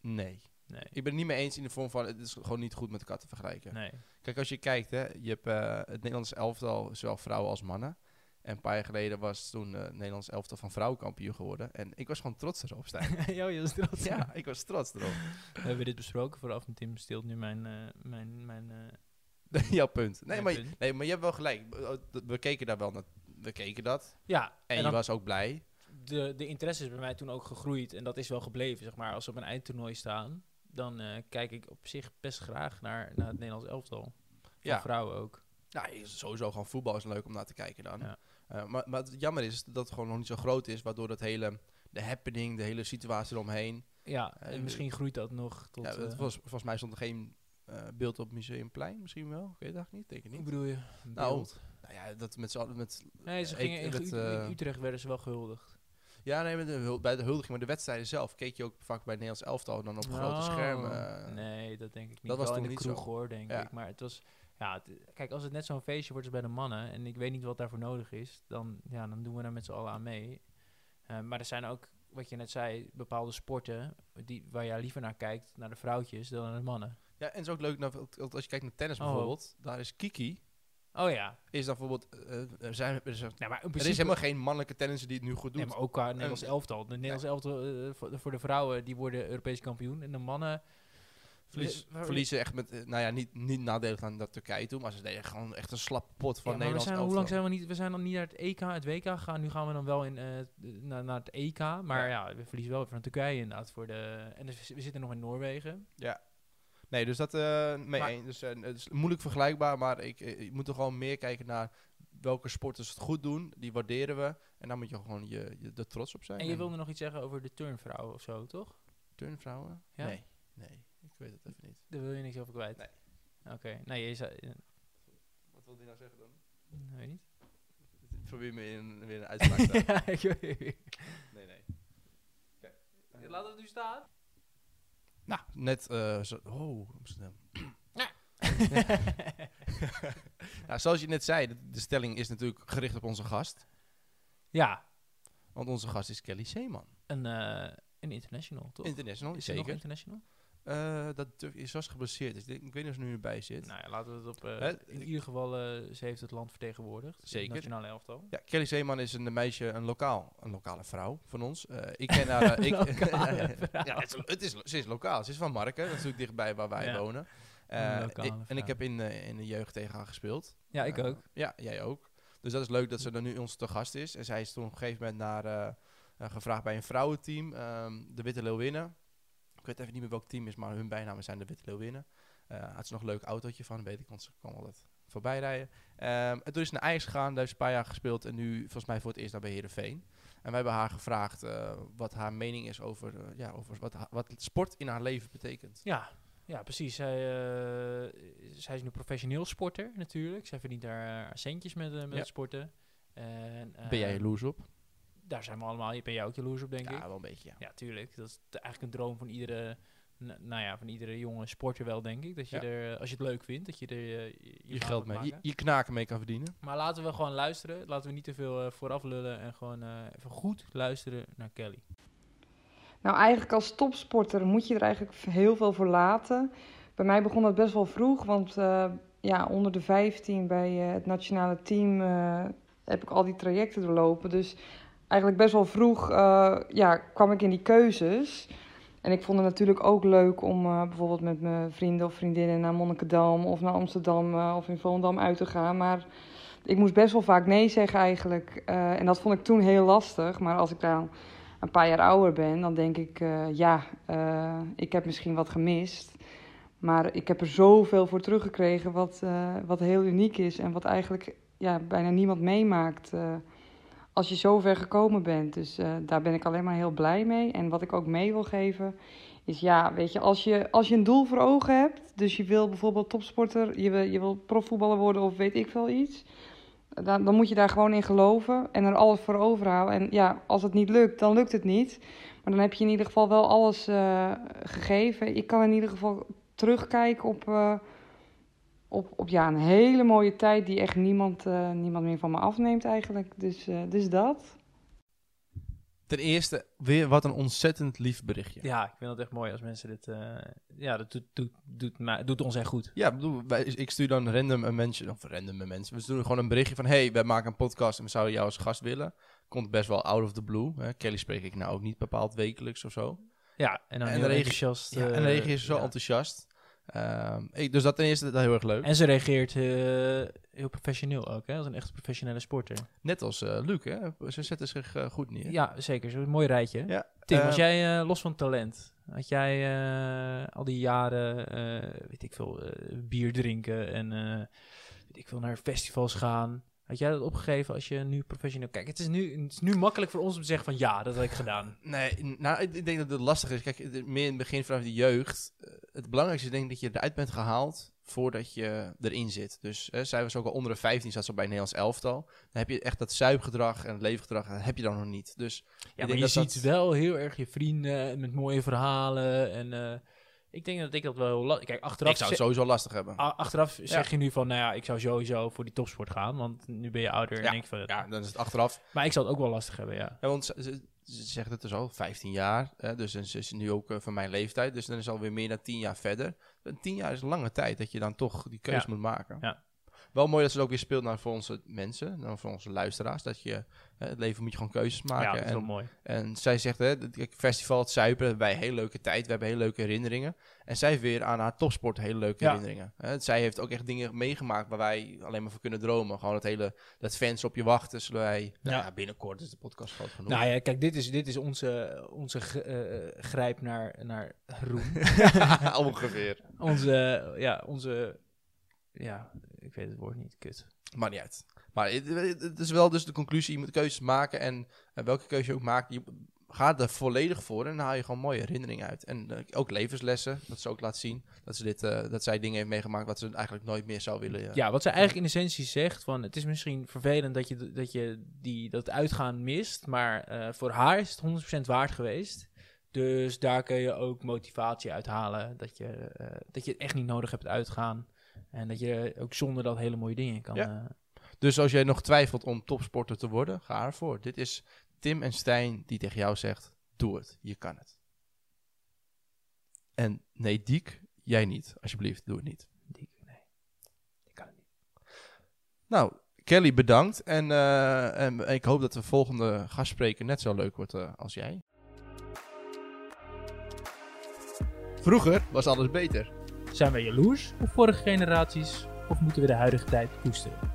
Speaker 3: Nee.
Speaker 2: Nee.
Speaker 3: Ik ben het niet mee eens in de vorm van... Het is gewoon niet goed met elkaar te vergelijken.
Speaker 2: Nee.
Speaker 3: Kijk, als je kijkt, hè, je hebt eh, het Nederlands elftal, zowel vrouwen als mannen. En een paar jaar geleden was toen eh, het Nederlands elftal van vrouwen kampioen geworden. En ik was gewoon trots erop, Stijn.
Speaker 2: Jo, je was trots.
Speaker 3: ja, ik was trots erop.
Speaker 2: We hebben dit besproken vooraf en Tim steelt nu mijn... eh, mijn, mijn eh,
Speaker 3: Jouw punt. Nee,
Speaker 2: Mijn
Speaker 3: maar,
Speaker 2: punt.
Speaker 3: nee, maar je hebt wel gelijk. We- oh, We keken daar wel naar. We keken dat.
Speaker 2: Ja,
Speaker 3: En,
Speaker 2: en
Speaker 3: je
Speaker 2: dan
Speaker 3: was ook blij.
Speaker 2: de, de interesse is bij mij toen ook gegroeid en dat is wel gebleven, zeg maar. Als we op een eindtoernooi staan, dan eh, kijk ik op zich best graag naar, naar het Nederlands elftal. Ja.
Speaker 3: Ja.
Speaker 2: vrouwen ook.
Speaker 3: Nou, is sowieso gewoon voetbal is leuk om naar te kijken dan.
Speaker 2: Ja.
Speaker 3: Eh, maar, maar het jammer is dat het gewoon nog niet zo groot is. Waardoor dat hele... De happening, de hele situatie eromheen.
Speaker 2: Ja,
Speaker 3: Eh,
Speaker 2: en misschien groeit dat nog tot...
Speaker 3: ja, het
Speaker 2: eh,
Speaker 3: was, volgens mij stond er geen eh, beeld op Museumplein misschien wel. Ik weet het eigenlijk niet. Denk ik
Speaker 2: hoe
Speaker 3: niet.
Speaker 2: bedoel je?
Speaker 3: Nou,
Speaker 2: Beeld.
Speaker 3: Nou ja, dat met z'n allen... Met,
Speaker 2: nee, ze
Speaker 3: ik-
Speaker 2: gingen in,
Speaker 3: dat,
Speaker 2: Ut-
Speaker 3: eh,
Speaker 2: in Utrecht werden ze wel gehuldigd.
Speaker 3: ja, nee, met de, hul- bij de huldiging, maar de wedstrijden zelf... keek je ook vaak bij het Nederlands elftal dan op grote schermen. eh.
Speaker 2: Oh. nee, dat denk ik niet.
Speaker 3: dat was
Speaker 2: wel in
Speaker 3: toen
Speaker 2: de
Speaker 3: niet
Speaker 2: kroeg
Speaker 3: zo.
Speaker 2: hoor, denk
Speaker 3: Ja.
Speaker 2: ik. Maar het was... Ja, het- kijk, als het net zo'n feestje wordt als bij de mannen... en ik weet niet wat daarvoor nodig is... dan, ja, dan doen we daar met z'n allen aan mee. Eh, maar er zijn ook, wat je net zei... bepaalde sporten die, waar jij liever naar kijkt... naar de vrouwtjes dan naar de mannen.
Speaker 3: Ja, en het is ook leuk, nou, want als je kijkt naar tennis
Speaker 2: Oh.
Speaker 3: bijvoorbeeld. Daar is Kiki...
Speaker 2: Oh ja.
Speaker 3: is dan bijvoorbeeld... eh, er, zijn, er, zijn-
Speaker 2: Nou, maar in
Speaker 3: er
Speaker 2: principe,
Speaker 3: is helemaal geen mannelijke tennisser die het nu goed doet.
Speaker 2: Nee, maar ook qua Nederlands
Speaker 3: Eh,
Speaker 2: elftal. De Nederlands elftal eh, voor, voor de vrouwen... die worden Europees kampioen. En de mannen...
Speaker 3: Verlies-
Speaker 2: Eh, waar-
Speaker 3: verliezen echt met... eh, Nou ja, niet, niet nadelig aan dat Turkije toe, maar ze deden gewoon echt een slap pot van
Speaker 2: Ja, maar we
Speaker 3: Nederlands
Speaker 2: zijn,
Speaker 3: elftal.
Speaker 2: Hoe lang zijn we niet? We zijn dan niet naar het EK, het WK gegaan. Nu gaan we dan wel in, eh, t- naar, naar het EK. Maar ja. we verliezen wel weer van Turkije inderdaad. Voor de, en dus we zitten nog in Noorwegen.
Speaker 3: Nee, dus dat... eh mee
Speaker 2: Maar-
Speaker 3: eens. Dus, eh, het is moeilijk vergelijkbaar, maar ik, eh, je moet er gewoon meer kijken naar welke sporters het goed doen. Die waarderen we. En daar moet je gewoon je, je er trots op zijn.
Speaker 2: En je wilde nog iets zeggen over de turnvrouwen of zo, toch?
Speaker 3: Turnvrouwen?
Speaker 2: Ja.
Speaker 3: Nee. Nee. Ik, weet het even niet.
Speaker 2: Daar wil je niks over kwijt.
Speaker 3: Nee.
Speaker 2: Oké, nee, je zei... eh,
Speaker 1: Wat wilde hij nou zeggen dan?
Speaker 2: weet niet.
Speaker 3: Ik probeer me in, weer een uitspraak te
Speaker 2: ja, ik weet
Speaker 1: Nee, nee. Oké.
Speaker 2: Laat het nu staan.
Speaker 3: Nou, net... eh, zo, oh, Amsterdam. nou, zoals je net zei, de, de stelling is natuurlijk gericht op onze gast.
Speaker 2: ja,
Speaker 3: Want onze gast is Kelly Zeeman.
Speaker 2: een, eh, een international, toch?
Speaker 3: International,
Speaker 2: Is ze nog
Speaker 3: zeker.
Speaker 2: international?
Speaker 3: Eh, dat durf- is zoals geblesseerd. Dus ik denk- ik weet niet of ze nu erbij zit.
Speaker 2: Nou ja, laten we het op... eh,
Speaker 3: Hè?
Speaker 2: in ieder geval, eh, ze heeft het land vertegenwoordigd. het
Speaker 3: Zeker.
Speaker 2: nationale elftal.
Speaker 3: Ja, Kelly Zeeman is een meisje, een lokaal, een lokale vrouw van ons. Eh, ik ken haar. eh, ik,
Speaker 2: Lokale vrouw.
Speaker 3: ja, het is, het is, ze is lokaal. Ze is van Marken, dat is natuurlijk dichtbij waar wij
Speaker 2: Ja.
Speaker 3: wonen.
Speaker 2: Een
Speaker 3: Eh,
Speaker 2: lokale
Speaker 3: ik- en
Speaker 2: vrouw.
Speaker 3: ik heb in, eh, in de jeugd tegen haar gespeeld.
Speaker 2: Ja, ik
Speaker 3: Eh,
Speaker 2: ook.
Speaker 3: Ja, jij ook. Dus dat is leuk dat ze dan nu ons te gast is. En zij is toen op een gegeven moment naar, eh, eh, gevraagd bij een vrouwenteam, ehm, de Witte Leeuwinnen. Ik weet even niet meer welk team is, maar hun bijnamen zijn de Witte Leeuwinnen. Eh had ze nog een leuk autootje van, weet ik, want ze kwam altijd voorbij rijden. Ehm, en toen is ze naar IJs gegaan, daar heeft ze een paar jaar gespeeld en nu volgens mij voor het eerst naar bij Heerenveen. En wij hebben haar gevraagd eh, wat haar mening is over, eh, ja, over wat, ha- wat sport in haar leven betekent.
Speaker 2: Ja, ja precies. Zij, eh, zij is nu professioneel sporter natuurlijk. Zij verdient daar eh, centjes met, eh, met
Speaker 3: Ja.
Speaker 2: het sporten. En, eh,
Speaker 3: ben jij jaloers op?
Speaker 2: Daar zijn we allemaal. Ben jij ook jaloers op, denk
Speaker 3: Ehm, ja,
Speaker 2: ik?
Speaker 3: wel een beetje, ja.
Speaker 2: Ja, tuurlijk. Dat is de- eigenlijk een droom van iedere, n- nou ja, van iedere jonge sporter wel, denk ik. Dat je
Speaker 3: Ja.
Speaker 2: er, eh, als je het leuk vindt, dat je er eh, je, je
Speaker 3: Je
Speaker 2: baan
Speaker 3: geld
Speaker 2: van
Speaker 3: mee, je,
Speaker 2: maken.
Speaker 3: je knaken mee kan verdienen.
Speaker 2: Maar laten we gewoon luisteren. Laten we niet te veel eh, vooraf lullen en gewoon eh, even goed luisteren naar Kelly.
Speaker 4: Nou, eigenlijk als topsporter moet je er eigenlijk heel veel voor laten. Bij mij begon dat best wel vroeg, want eh, ja, onder de 15 bij eh, het nationale team eh, heb ik al die trajecten doorlopen. Dus eigenlijk best wel vroeg eh, ja, kwam ik in die keuzes. En ik vond het natuurlijk ook leuk om eh, bijvoorbeeld met mijn vrienden of vriendinnen naar Monnikendam of naar Amsterdam eh, of in Volendam uit te gaan. Maar ik moest best wel vaak nee zeggen eigenlijk. Eh, en dat vond ik toen heel lastig. Maar als ik daar een paar jaar ouder ben, dan denk ik, eh, ja, eh, ik heb misschien wat gemist. Maar ik heb er zoveel voor teruggekregen wat, eh, wat heel uniek is en wat eigenlijk ja, bijna niemand meemaakt eh, als je zo ver gekomen bent. Dus eh, daar ben ik alleen maar heel blij mee. En wat ik ook mee wil geven is, ja, weet je, als je, als je een doel voor ogen hebt, dus je wil bijvoorbeeld topsporter, je wil, je wil profvoetballer worden of weet ik veel iets, dan, dan moet je daar gewoon in geloven en er alles voor overhouden. En ja, als het niet lukt, dan lukt het niet. Maar dan heb je in ieder geval wel alles eh, gegeven. Ik kan in ieder geval terugkijken op, eh, op, op ja, een hele mooie tijd die echt niemand, eh, niemand meer van me afneemt eigenlijk. Dus, eh, dus dat.
Speaker 3: Ten eerste, weer wat een ontzettend lief berichtje.
Speaker 2: Ja. ik vind dat echt mooi als mensen dit... eh, ja, dat doet, doet, doet, maar, doet ons echt goed.
Speaker 3: Ja, ik bedoel, wij, ik stuur dan random een mensen, of random een mensen. We sturen gewoon een berichtje van, hey, wij maken een podcast en we zouden jou als gast willen. Komt best wel out of the blue. Hè. Kelly spreek ik nou ook niet bepaald wekelijks of zo.
Speaker 2: Ja, en dan
Speaker 3: En
Speaker 2: heel
Speaker 3: de regi-
Speaker 2: enthousiast.
Speaker 3: Ja, en dan
Speaker 2: eh,
Speaker 3: reageer je zo
Speaker 2: ja.
Speaker 3: enthousiast. Ehm, ik, dus dat ten eerste, dat is heel erg leuk.
Speaker 2: En ze reageert eh, heel professioneel ook, hè? als een echt professionele sporter.
Speaker 3: Net als eh, Luc, hè. Ze zetten zich eh, goed neer.
Speaker 2: Ja, zeker. Zo'n mooi rijtje.
Speaker 3: Ja,
Speaker 2: Tim, als
Speaker 3: eh,
Speaker 2: jij eh, los van talent, had jij eh, al die jaren, eh, weet ik veel, eh, bier drinken en eh, weet ik veel, naar festivals gaan. Had jij dat opgegeven als je nu professioneel... Kijk, het is nu, het is nu makkelijk voor ons om te zeggen van ja, dat had ik gedaan.
Speaker 3: Nee, n- nou, ik ik denk dat het lastig is. Kijk, het- meer in het begin vanaf de jeugd. eh, Het belangrijkste is denk ik dat je eruit bent gehaald voordat je erin zit. Dus hè, zij was ook al onder de 15, zat ze al bij het Nederlands elftal. Dan heb je echt dat zuipgedrag en het leefgedrag, dat heb je dan nog niet. Dus
Speaker 2: Ja, maar
Speaker 3: denk
Speaker 2: je
Speaker 3: dat
Speaker 2: ziet
Speaker 3: dat-
Speaker 2: wel heel erg je vrienden met mooie verhalen en... eh, ik denk dat ik dat wel heel lastig... Kijk, achteraf...
Speaker 3: ik zou
Speaker 2: ze- Ah.
Speaker 3: het sowieso lastig hebben.
Speaker 2: A- Achteraf zeg je nu van, nou ja, ik zou sowieso voor die topsport gaan, want nu ben je ouder en
Speaker 3: Ja,
Speaker 2: denk van...
Speaker 3: Ja, dan is het achteraf.
Speaker 2: Maar ik zou het ook wel lastig hebben, ja.
Speaker 3: Ja, want ze, ze, ze zegt het dus al, 15 jaar. Hè, dus en ze is nu ook eh, van mijn leeftijd. Dus dan is het alweer meer dan 10 jaar verder. En 10 jaar is een lange tijd dat je dan toch die keuze
Speaker 2: Ja.
Speaker 3: moet maken.
Speaker 2: Ja.
Speaker 3: Wel mooi dat ze het ook weer speelt naar voor onze mensen, naar voor onze luisteraars. Dat je hè, het leven moet je gewoon keuzes
Speaker 2: ja,
Speaker 3: maken.
Speaker 2: dat is wel
Speaker 3: en,
Speaker 2: mooi.
Speaker 3: en zij zegt, hè, dat- kijk, festival, het zuipen, hebben wij een hele leuke tijd. We hebben hele leuke herinneringen. En zij heeft weer aan haar topsport hele leuke
Speaker 2: Ja.
Speaker 3: herinneringen. Hè, zij heeft ook echt dingen meegemaakt waar wij alleen maar voor kunnen dromen. Gewoon dat hele, dat fans op je wachten, zullen wij... Nou
Speaker 2: Ja.
Speaker 3: ja, binnenkort is de podcast groot genoeg.
Speaker 2: Nou ja, kijk, dit is, dit is onze, onze g- eh, grijp naar, naar roem.
Speaker 3: Ongeveer.
Speaker 2: onze, ja, onze, ja, ik weet het woord niet, kut.
Speaker 3: Maakt niet uit. Maar het, het is wel dus de conclusie, je moet keuzes maken. En eh, welke keuze je ook maakt, je, ga er volledig voor en dan haal je gewoon mooie herinneringen uit. En eh, ook levenslessen, dat ze ook laat zien. Dat, ze dit, eh, dat zij dingen heeft meegemaakt wat ze eigenlijk nooit meer zou willen. eh,
Speaker 2: Ja, wat ze eigenlijk in essentie zegt, van het is misschien vervelend dat je, dat, je die, dat uitgaan mist, maar eh, voor haar is het 100% waard geweest. Dus daar kun je ook motivatie uit halen, dat je, eh, dat je het echt niet nodig hebt uitgaan. En dat je ook zonder dat hele mooie dingen kan.
Speaker 3: Ja.
Speaker 2: eh,
Speaker 3: Dus als jij nog twijfelt om topsporter te worden, ga ervoor. Dit is Tim en Stijn die tegen jou zegt: doe het, je kan het. En nee, Diek, jij niet. Alsjeblieft, doe het niet.
Speaker 2: die, nee, ik kan het niet.
Speaker 3: Nou, Kelly, bedankt. En, eh, en ik hoop dat de volgende gastspreker net zo leuk wordt eh, als jij. Vroeger was alles beter.
Speaker 2: Zijn wij jaloers op vorige generaties of moeten we de huidige tijd koesteren?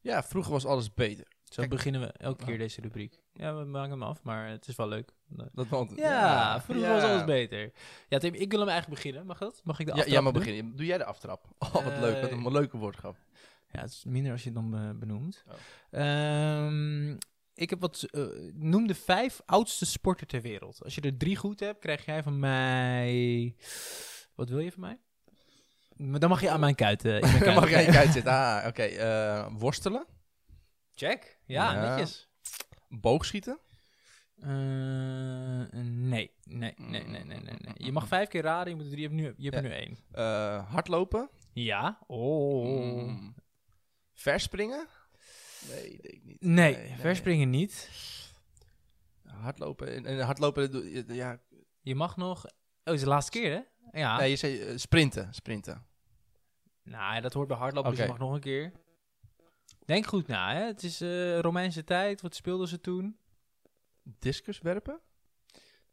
Speaker 3: Ja, vroeger was alles beter.
Speaker 2: Zo beginnen we elke keer deze rubriek. Ja, we maken hem af, maar het is wel leuk.
Speaker 3: Dat want,
Speaker 2: Ja, vroeger was alles beter. Ja, Tim, ik wil hem eigenlijk beginnen. Mag dat? Mag ik de
Speaker 3: Ja,
Speaker 2: aftrap Eh,
Speaker 3: ja, maar
Speaker 2: doen?
Speaker 3: begin. Doe jij de aftrap? Oh, wat leuk. Wat een leuke woordgrap.
Speaker 2: Ja, het is minder als je het dan eh, benoemt.
Speaker 3: Oh.
Speaker 2: Ehm, ik heb wat... eh, noem de vijf oudste sporten ter wereld. Als je er drie goed hebt, krijg jij van mij... Wat wil je van mij? Maar Dan mag je aan mijn kuiten. Ik ben
Speaker 3: Mag jij kijken zitten? Ah, oké. eh, worstelen,
Speaker 2: Check. Ja,
Speaker 3: Ja.
Speaker 2: netjes.
Speaker 3: boogschieten.
Speaker 2: Eh, nee. Nee, nee, nee, nee, nee, nee. Je mag vijf keer raden. Je moet er drie. Je hebt nu, je hebt er
Speaker 3: Ja.
Speaker 2: nu één.
Speaker 3: eh, hardlopen.
Speaker 2: Ja. Oh.
Speaker 3: mm, verspringen. Nee, denk ik niet.
Speaker 2: Nee,
Speaker 3: nee.
Speaker 2: verspringen niet.
Speaker 3: Hardlopen. En, en hardlopen, doe- ja, ja.
Speaker 2: Je mag nog. Oh, het is de laatste keer, hè? Ja.
Speaker 3: Nee, je zei eh, sprinten, sprinten.
Speaker 2: Nou, dat hoort bij hardlopen, dus
Speaker 3: Oké.
Speaker 2: je mag nog een keer. Denk goed na, hè? Het is eh, Romeinse tijd. Wat speelden ze toen?
Speaker 3: Discus werpen.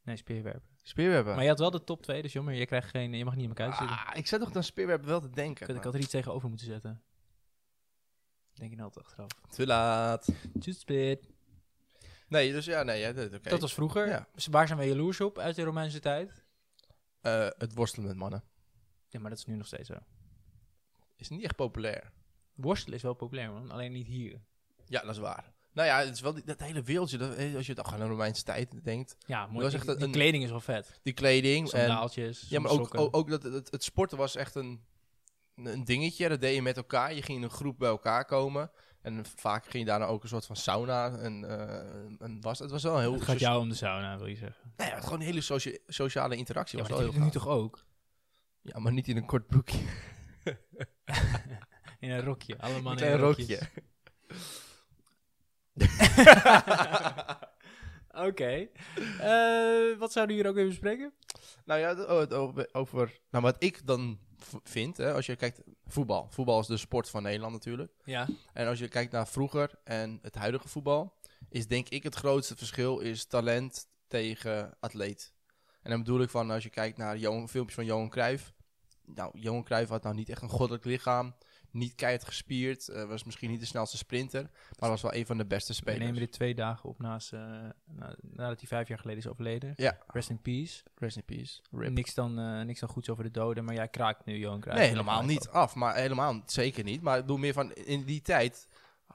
Speaker 2: Nee, speerwerpen.
Speaker 3: Speerwerpen.
Speaker 2: Maar je had wel de top 2, dus jammer, je krijgt geen. Je mag niet aan elkaar zitten.
Speaker 3: ah, ik zat toch dan speerwerpen wel te denken.
Speaker 2: ik, had- ik had er iets tegenover moeten zetten. Denk je nou altijd achteraf.
Speaker 3: maar- Te laat.
Speaker 2: Just split.
Speaker 3: Nee, dus ja, nee. Ja, dat, oké.
Speaker 2: Dat was vroeger.
Speaker 3: Ja.
Speaker 2: Dus Waar zijn wij jaloers op uit de Romeinse tijd?
Speaker 3: Eh, het worstelen met mannen.
Speaker 2: Ja, maar dat is nu nog steeds zo.
Speaker 3: Is niet echt populair.
Speaker 2: Worstelen is wel populair, man. Alleen niet hier.
Speaker 3: Ja, dat is waar. Nou ja, het is wel die- dat hele wereldje. Dat, eh, als je het al aan de Romeinse tijd denkt.
Speaker 2: Ja, mooi.
Speaker 3: was
Speaker 2: Die,
Speaker 3: echt een-
Speaker 2: die kleding is wel vet.
Speaker 3: Die kleding. en-
Speaker 2: Sandaaltjes,
Speaker 3: Ja, maar ook,
Speaker 2: sokken.
Speaker 3: ook, ook dat het, het sporten was echt een, een dingetje. Dat deed je met elkaar. Je ging in een groep bij elkaar komen. En vaak ging je daarna ook een soort van sauna. En, eh, en was, het was wel een heel...
Speaker 2: het gaat
Speaker 3: socia-
Speaker 2: jou om de sauna, wil je zeggen.
Speaker 3: Nee, ja, gewoon een hele socia- sociale interactie.
Speaker 2: Ja, maar
Speaker 3: was
Speaker 2: dat
Speaker 3: wel
Speaker 2: heb
Speaker 3: heel
Speaker 2: je nu
Speaker 3: gaaf.
Speaker 2: toch ook?
Speaker 3: Ja, maar niet in een kort broekje.
Speaker 2: In een rokje. Alle
Speaker 3: Een
Speaker 2: mannen in
Speaker 3: klein
Speaker 2: rokjes.
Speaker 3: rokje.
Speaker 2: Oké. Eh, wat zouden we hier ook weer bespreken?
Speaker 3: Nou ja, de- oh, het over, over- Nou, wat ik dan v- vind, hè, als je kijkt... Voetbal. Voetbal is de sport van Nederland natuurlijk.
Speaker 2: Ja.
Speaker 3: En als je kijkt naar vroeger en het huidige voetbal, is denk ik het grootste verschil is talent tegen atleet. En dan bedoel ik van als je kijkt naar Johan, filmpjes van Johan Cruijff. Nou, Johan Cruijff had nou niet echt een goddelijk lichaam, niet keihard gespierd, eh, was misschien niet de snelste sprinter, maar was wel een van de beste
Speaker 2: We
Speaker 3: spelers.
Speaker 2: nemen dit twee dagen op naast, eh, na- nadat hij vijf jaar geleden is overleden.
Speaker 3: Ja.
Speaker 2: Rest in peace.
Speaker 3: Rest in peace. Rip.
Speaker 2: Niks dan, eh, niks dan goeds over de doden, maar jij kraakt nu Johan Cruijff.
Speaker 3: Nee, helemaal niet af, maar helemaal zeker niet. Maar ik bedoel meer van in die tijd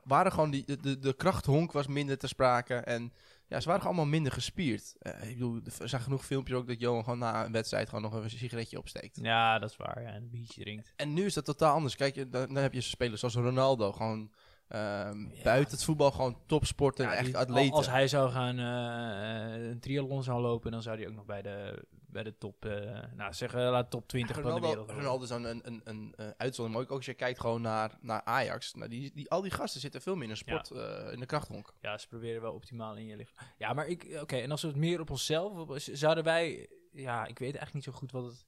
Speaker 3: waren gewoon die, de- de, de krachthonk was minder te sprake en ja, ze waren gewoon allemaal minder gespierd. Eh, ik bedoel, er zijn genoeg filmpjes ook dat Johan gewoon na een wedstrijd gewoon nog even een sigaretje opsteekt.
Speaker 2: Ja, dat is waar. Ja, een biertje drinkt.
Speaker 3: En nu is dat totaal anders. Kijk, je- dan, dan heb je spelers zoals Ronaldo gewoon ehm, buiten het voetbal gewoon topsporter en
Speaker 2: Ja,
Speaker 3: echt
Speaker 2: die-
Speaker 3: atleten.
Speaker 2: Als hij zou gaan eh, eh, een triathlon zou lopen, dan zou hij ook nog bij de, bij de top, eh, nou zeg, eh, laat top 20 van de
Speaker 3: Ronaldo,
Speaker 2: wereld. worden.
Speaker 3: Ronaldo is dan een, een, een, eh, uitzondering. Maar ook als je kijkt gewoon naar, naar Ajax. Nou, die, die, al die gasten zitten veel meer in een sport, eh, in de krachthonk.
Speaker 2: Ja, ze proberen wel optimaal in je lichaam. Ja, maar ik, eh, oké, en als we het meer op onszelf, op- z- zouden wij, ja, ik weet eigenlijk niet zo goed wat het,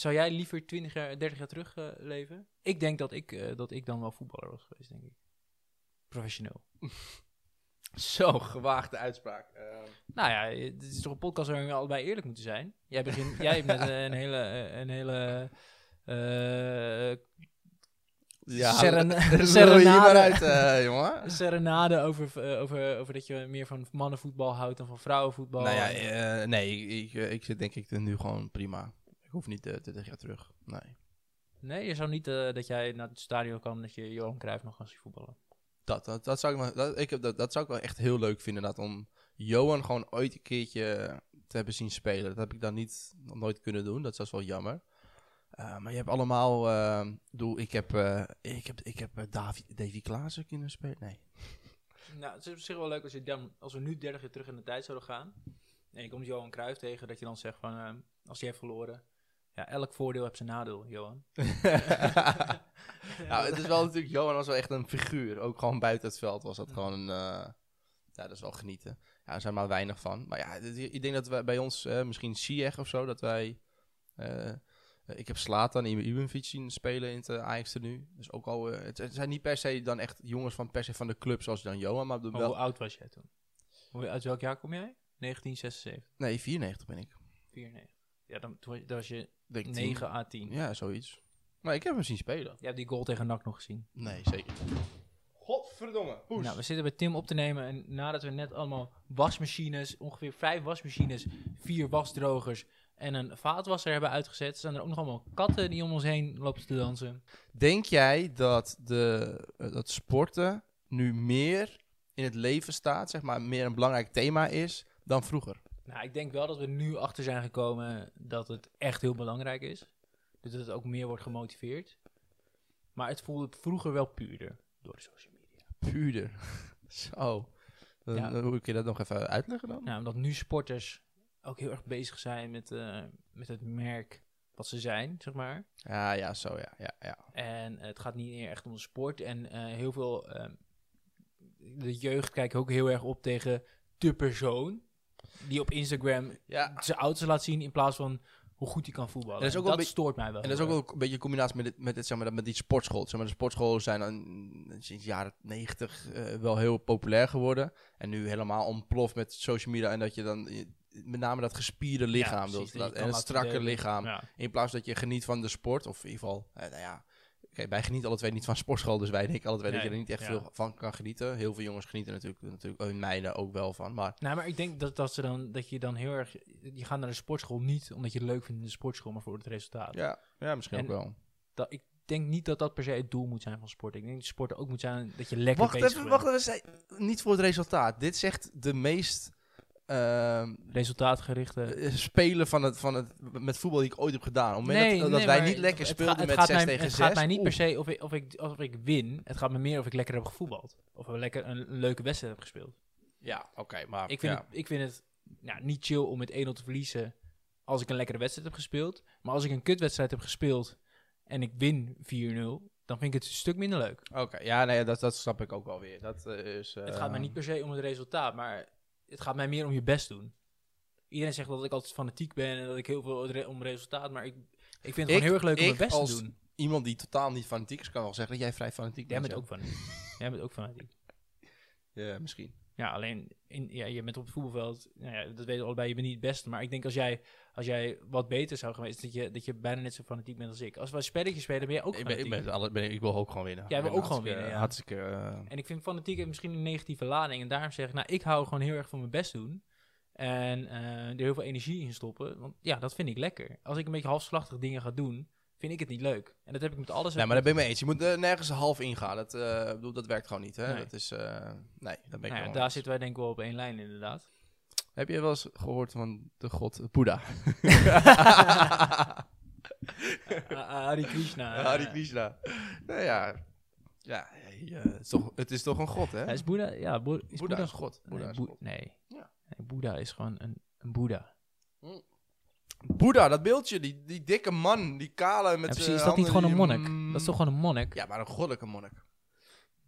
Speaker 2: zou jij liever 20 jaar, 30 jaar terug eh, leven? Ik denk dat ik, eh, dat ik dan wel voetballer was geweest, denk ik. Professioneel.
Speaker 3: Zo, gewaagde uitspraak. Ehm,
Speaker 2: Nou ja, eh, dit is toch een podcast waarin we allebei eerlijk moeten zijn. Jij, begint, jij hebt net eh, een hele, eh, een hele, eh,
Speaker 3: Ja,
Speaker 2: Seren-
Speaker 3: er
Speaker 2: serenade.
Speaker 3: je maar uit, eh, jongen.
Speaker 2: serenade over, eh, over, over dat je meer van mannenvoetbal houdt dan van vrouwenvoetbal.
Speaker 3: Nou ja, eh, nee, ik, ik, eh, ik zit denk ik er nu gewoon prima. Ik hoef niet eh, 30 jaar terug. Nee.
Speaker 2: Nee, je zou niet eh, dat jij naar het stadion kan dat je Johan Cruijff nog kan zien voetballen.
Speaker 3: Dat, dat, dat, zou ik wel, dat, ik, heb- dat, dat zou ik wel echt heel leuk vinden. Dat, om Johan gewoon ooit een keertje te hebben zien spelen. Dat heb ik dan niet, nog nooit kunnen doen. Dat is wel jammer. Eh, maar je hebt allemaal... eh, ik bedoel, ik heb, eh, ik heb, ik heb eh, Davy, Davy Klaassen kunnen spelen. Nee.
Speaker 2: Nou, het is op zich wel leuk als, je dan, als we nu 30 jaar terug in de tijd zouden gaan. En je komt Johan Cruijff tegen, dat je dan zegt van, ehm, als hij heeft verloren. Ja, elk voordeel heeft zijn nadeel, Johan.
Speaker 3: nou, het is wel natuurlijk... Johan was wel echt een figuur. Ook gewoon buiten het veld was dat gewoon... een, eh, ja, dat is wel genieten. Ja, er zijn maar weinig van. Maar ja, dit- ik denk dat wij bij ons, eh, misschien Sieg of zo, dat wij... eh, eh, ik heb Slatan in Ubenfiets zien spelen in het eh, Ajax er nu. Dus ook al... eh, het, het zijn niet per se dan echt jongens van per se van de club zoals dan Johan, maar
Speaker 2: Maar
Speaker 3: wel...
Speaker 2: hoe oud was jij toen? Hoe, uit welk jaar kom jij? 1976,
Speaker 3: Nee, 94 ben ik.
Speaker 2: 94. Ja, dan, toen was je- dan was je
Speaker 3: Denk
Speaker 2: 9 à 10. Ja.
Speaker 3: Ja, zoiets. Maar ik heb hem zien spelen.
Speaker 2: Je hebt die goal tegen NAC nog gezien.
Speaker 3: Nee, zeker. Godverdomme. Poes.
Speaker 2: Nou, we zitten bij Tim op te nemen en nadat we net allemaal wasmachines, ongeveer vijf wasmachines, vier wasdrogers en een vaatwasser hebben uitgezet, zijn er ook nog allemaal katten die om ons heen lopen te dansen.
Speaker 3: Denk jij dat, de, eh, dat sporten nu meer in het leven staat, zeg maar, meer een belangrijk thema is dan vroeger?
Speaker 2: Nou, ik denk wel dat we nu achter zijn gekomen dat het echt heel belangrijk is. Dus dat het ook meer wordt gemotiveerd. Maar het voelde vroeger wel puurder door de social media.
Speaker 3: Puurder. Zo. Dan,
Speaker 2: Ja.
Speaker 3: dan- Hoe kun je dat nog even uitleggen dan?
Speaker 2: Nou, omdat nu sporters ook heel erg bezig zijn met, eh, met het merk wat ze zijn, zeg maar.
Speaker 3: Ja, ja, zo ja. ja, ja.
Speaker 2: En het gaat niet meer echt om de sport. En eh, heel veel. ehm, de jeugd kijkt ook heel erg op tegen de persoon. Die op Instagram
Speaker 3: ja.
Speaker 2: zijn auto's laat zien in plaats van hoe goed hij kan voetballen.
Speaker 3: En dat is ook
Speaker 2: En
Speaker 3: wel
Speaker 2: dat
Speaker 3: een
Speaker 2: stoort mij wel.
Speaker 3: En dat is ook
Speaker 2: heel
Speaker 3: wel
Speaker 2: erg.
Speaker 3: een beetje een combinatie met, het, met, het, zeg maar, met die sportschool. Zeg maar, de sportscholen zijn dan sinds jaren 90 eh, wel heel populair geworden. En nu helemaal ontploft met social media. En dat je dan eh, met name dat gespierde
Speaker 2: Ja,
Speaker 3: lichaam
Speaker 2: precies,
Speaker 3: wilt.
Speaker 2: dat je
Speaker 3: dat-
Speaker 2: kan
Speaker 3: en het
Speaker 2: laten
Speaker 3: strakke
Speaker 2: delen.
Speaker 3: lichaam.
Speaker 2: Ja.
Speaker 3: In plaats dat je geniet van de sport, of in ieder geval, eh, nou ja, oké, wij genieten alle twee niet van sportschool, dus wij en ik alle twee dat
Speaker 2: Nee,
Speaker 3: je er niet echt
Speaker 2: ja.
Speaker 3: veel van kan genieten. Heel veel jongens genieten natuurlijk, natuurlijk hun meiden ook wel van, maar
Speaker 2: Nou, maar ik denk dat, dat, ze dan, dat je dan heel erg. Je gaat naar de sportschool niet omdat je het leuk vindt in de sportschool, maar voor het resultaat.
Speaker 3: ja, ja misschien
Speaker 2: En-
Speaker 3: ook wel.
Speaker 2: Dat, ik denk niet dat dat per se het doel moet zijn van sport. Ik denk dat sport ook moet zijn dat je lekker bezig bent.
Speaker 3: even, zij- niet voor het resultaat. Dit zegt de meest ehm,
Speaker 2: Resultaatgerichte.
Speaker 3: eh, spelen van het, van het, met voetbal die ik ooit heb gedaan. Op het moment dat, dat
Speaker 2: nee,
Speaker 3: wij
Speaker 2: maar
Speaker 3: niet lekker
Speaker 2: het ga-
Speaker 3: speelden
Speaker 2: het
Speaker 3: met
Speaker 2: gaat
Speaker 3: 6
Speaker 2: mij-
Speaker 3: tegen 6.
Speaker 2: Het gaat mij niet per se of ik, of, ik, of ik win. Het gaat me meer of ik lekker heb gevoetbald. Of we lekker een, een leuke wedstrijd heb gespeeld.
Speaker 3: Ja, oké, maar
Speaker 2: Ik vind
Speaker 3: Ah, ja.
Speaker 2: het, ik vind het nou, niet chill om met 1-0 te verliezen als ik een lekkere wedstrijd heb gespeeld. Maar als ik een kutwedstrijd heb gespeeld en ik win 4-0, dan vind ik het een stuk minder leuk.
Speaker 3: Oké, ja, nee, dat, dat snap ik ook wel weer. Dat eh, is,
Speaker 2: Het gaat mij
Speaker 3: ehm,
Speaker 2: niet per se om het resultaat, maar het gaat mij meer om je best doen. Iedereen zegt dat ik altijd fanatiek ben en dat ik heel veel re- om resultaat, maar ik, ik vind het
Speaker 3: Ik-
Speaker 2: gewoon heel erg leuk om
Speaker 3: ik
Speaker 2: mijn best
Speaker 3: als
Speaker 2: te doen.
Speaker 3: iemand die totaal niet fanatiek is, kan wel zeggen dat jij vrij fanatiek bent.
Speaker 2: Jij bent
Speaker 3: ja.
Speaker 2: ook fanatiek. Jij bent ook fanatiek.
Speaker 3: Ja, misschien.
Speaker 2: Ja, alleen in, ja, je bent op het voetbalveld, nou ja, dat weten we allebei, je bent niet het beste. Maar ik denk als jij, als jij wat beter zou geweest, dat je, dat je bijna net zo fanatiek bent als ik. Als we spelletjes spelen, ben je ook
Speaker 3: Ik, ben,
Speaker 2: fanatiek.
Speaker 3: ik, ben, alle, ben, ik wil ook gewoon winnen.
Speaker 2: Jij wil
Speaker 3: Ik ben
Speaker 2: ook gewoon
Speaker 3: hartstikke-
Speaker 2: winnen, ja.
Speaker 3: Hartstikke... eh,
Speaker 2: En ik vind fanatiek heeft misschien een negatieve lading. En daarom zeg ik, nou, ik hou gewoon heel erg van mijn best doen. En eh, er heel veel energie in stoppen. Want ja, dat vind ik lekker. Als ik een beetje halfslachtig dingen ga doen, vind ik het niet leuk. En dat heb ik met alles.
Speaker 3: nee, maar daar ben ik mee eens. Je moet eh, nergens half ingaan. Dat, eh, ik bedoel, dat werkt gewoon niet, hè.
Speaker 2: Nee.
Speaker 3: Dat is... eh, nee, daar ben ik
Speaker 2: Nou ja,
Speaker 3: wel
Speaker 2: daar
Speaker 3: eens.
Speaker 2: zitten wij denk ik wel op één lijn inderdaad.
Speaker 3: Heb je wel eens gehoord van de god Boeddha?
Speaker 2: Ah, ah, Hare Krishna.
Speaker 3: Hari Krishna. Nou ja... Ja, ja, het, is toch, het is toch een god, hè?
Speaker 2: Ja, is Boeddha, ja, Boe- is
Speaker 3: Boeddha
Speaker 2: Boeddha
Speaker 3: is god. Boeddha
Speaker 2: nee,
Speaker 3: is
Speaker 2: Boe-
Speaker 3: god.
Speaker 2: nee.
Speaker 3: Ja.
Speaker 2: Nee, Boeddha is gewoon een, een Boeddha.
Speaker 3: Boeddha, dat beeldje. Die, die dikke man. Die kale met
Speaker 2: Ja,
Speaker 3: zijn
Speaker 2: precies, is dat niet
Speaker 3: handen
Speaker 2: gewoon een
Speaker 3: die-
Speaker 2: monnik? Dat is toch gewoon een monnik?
Speaker 3: Ja, maar een goddelijke monnik.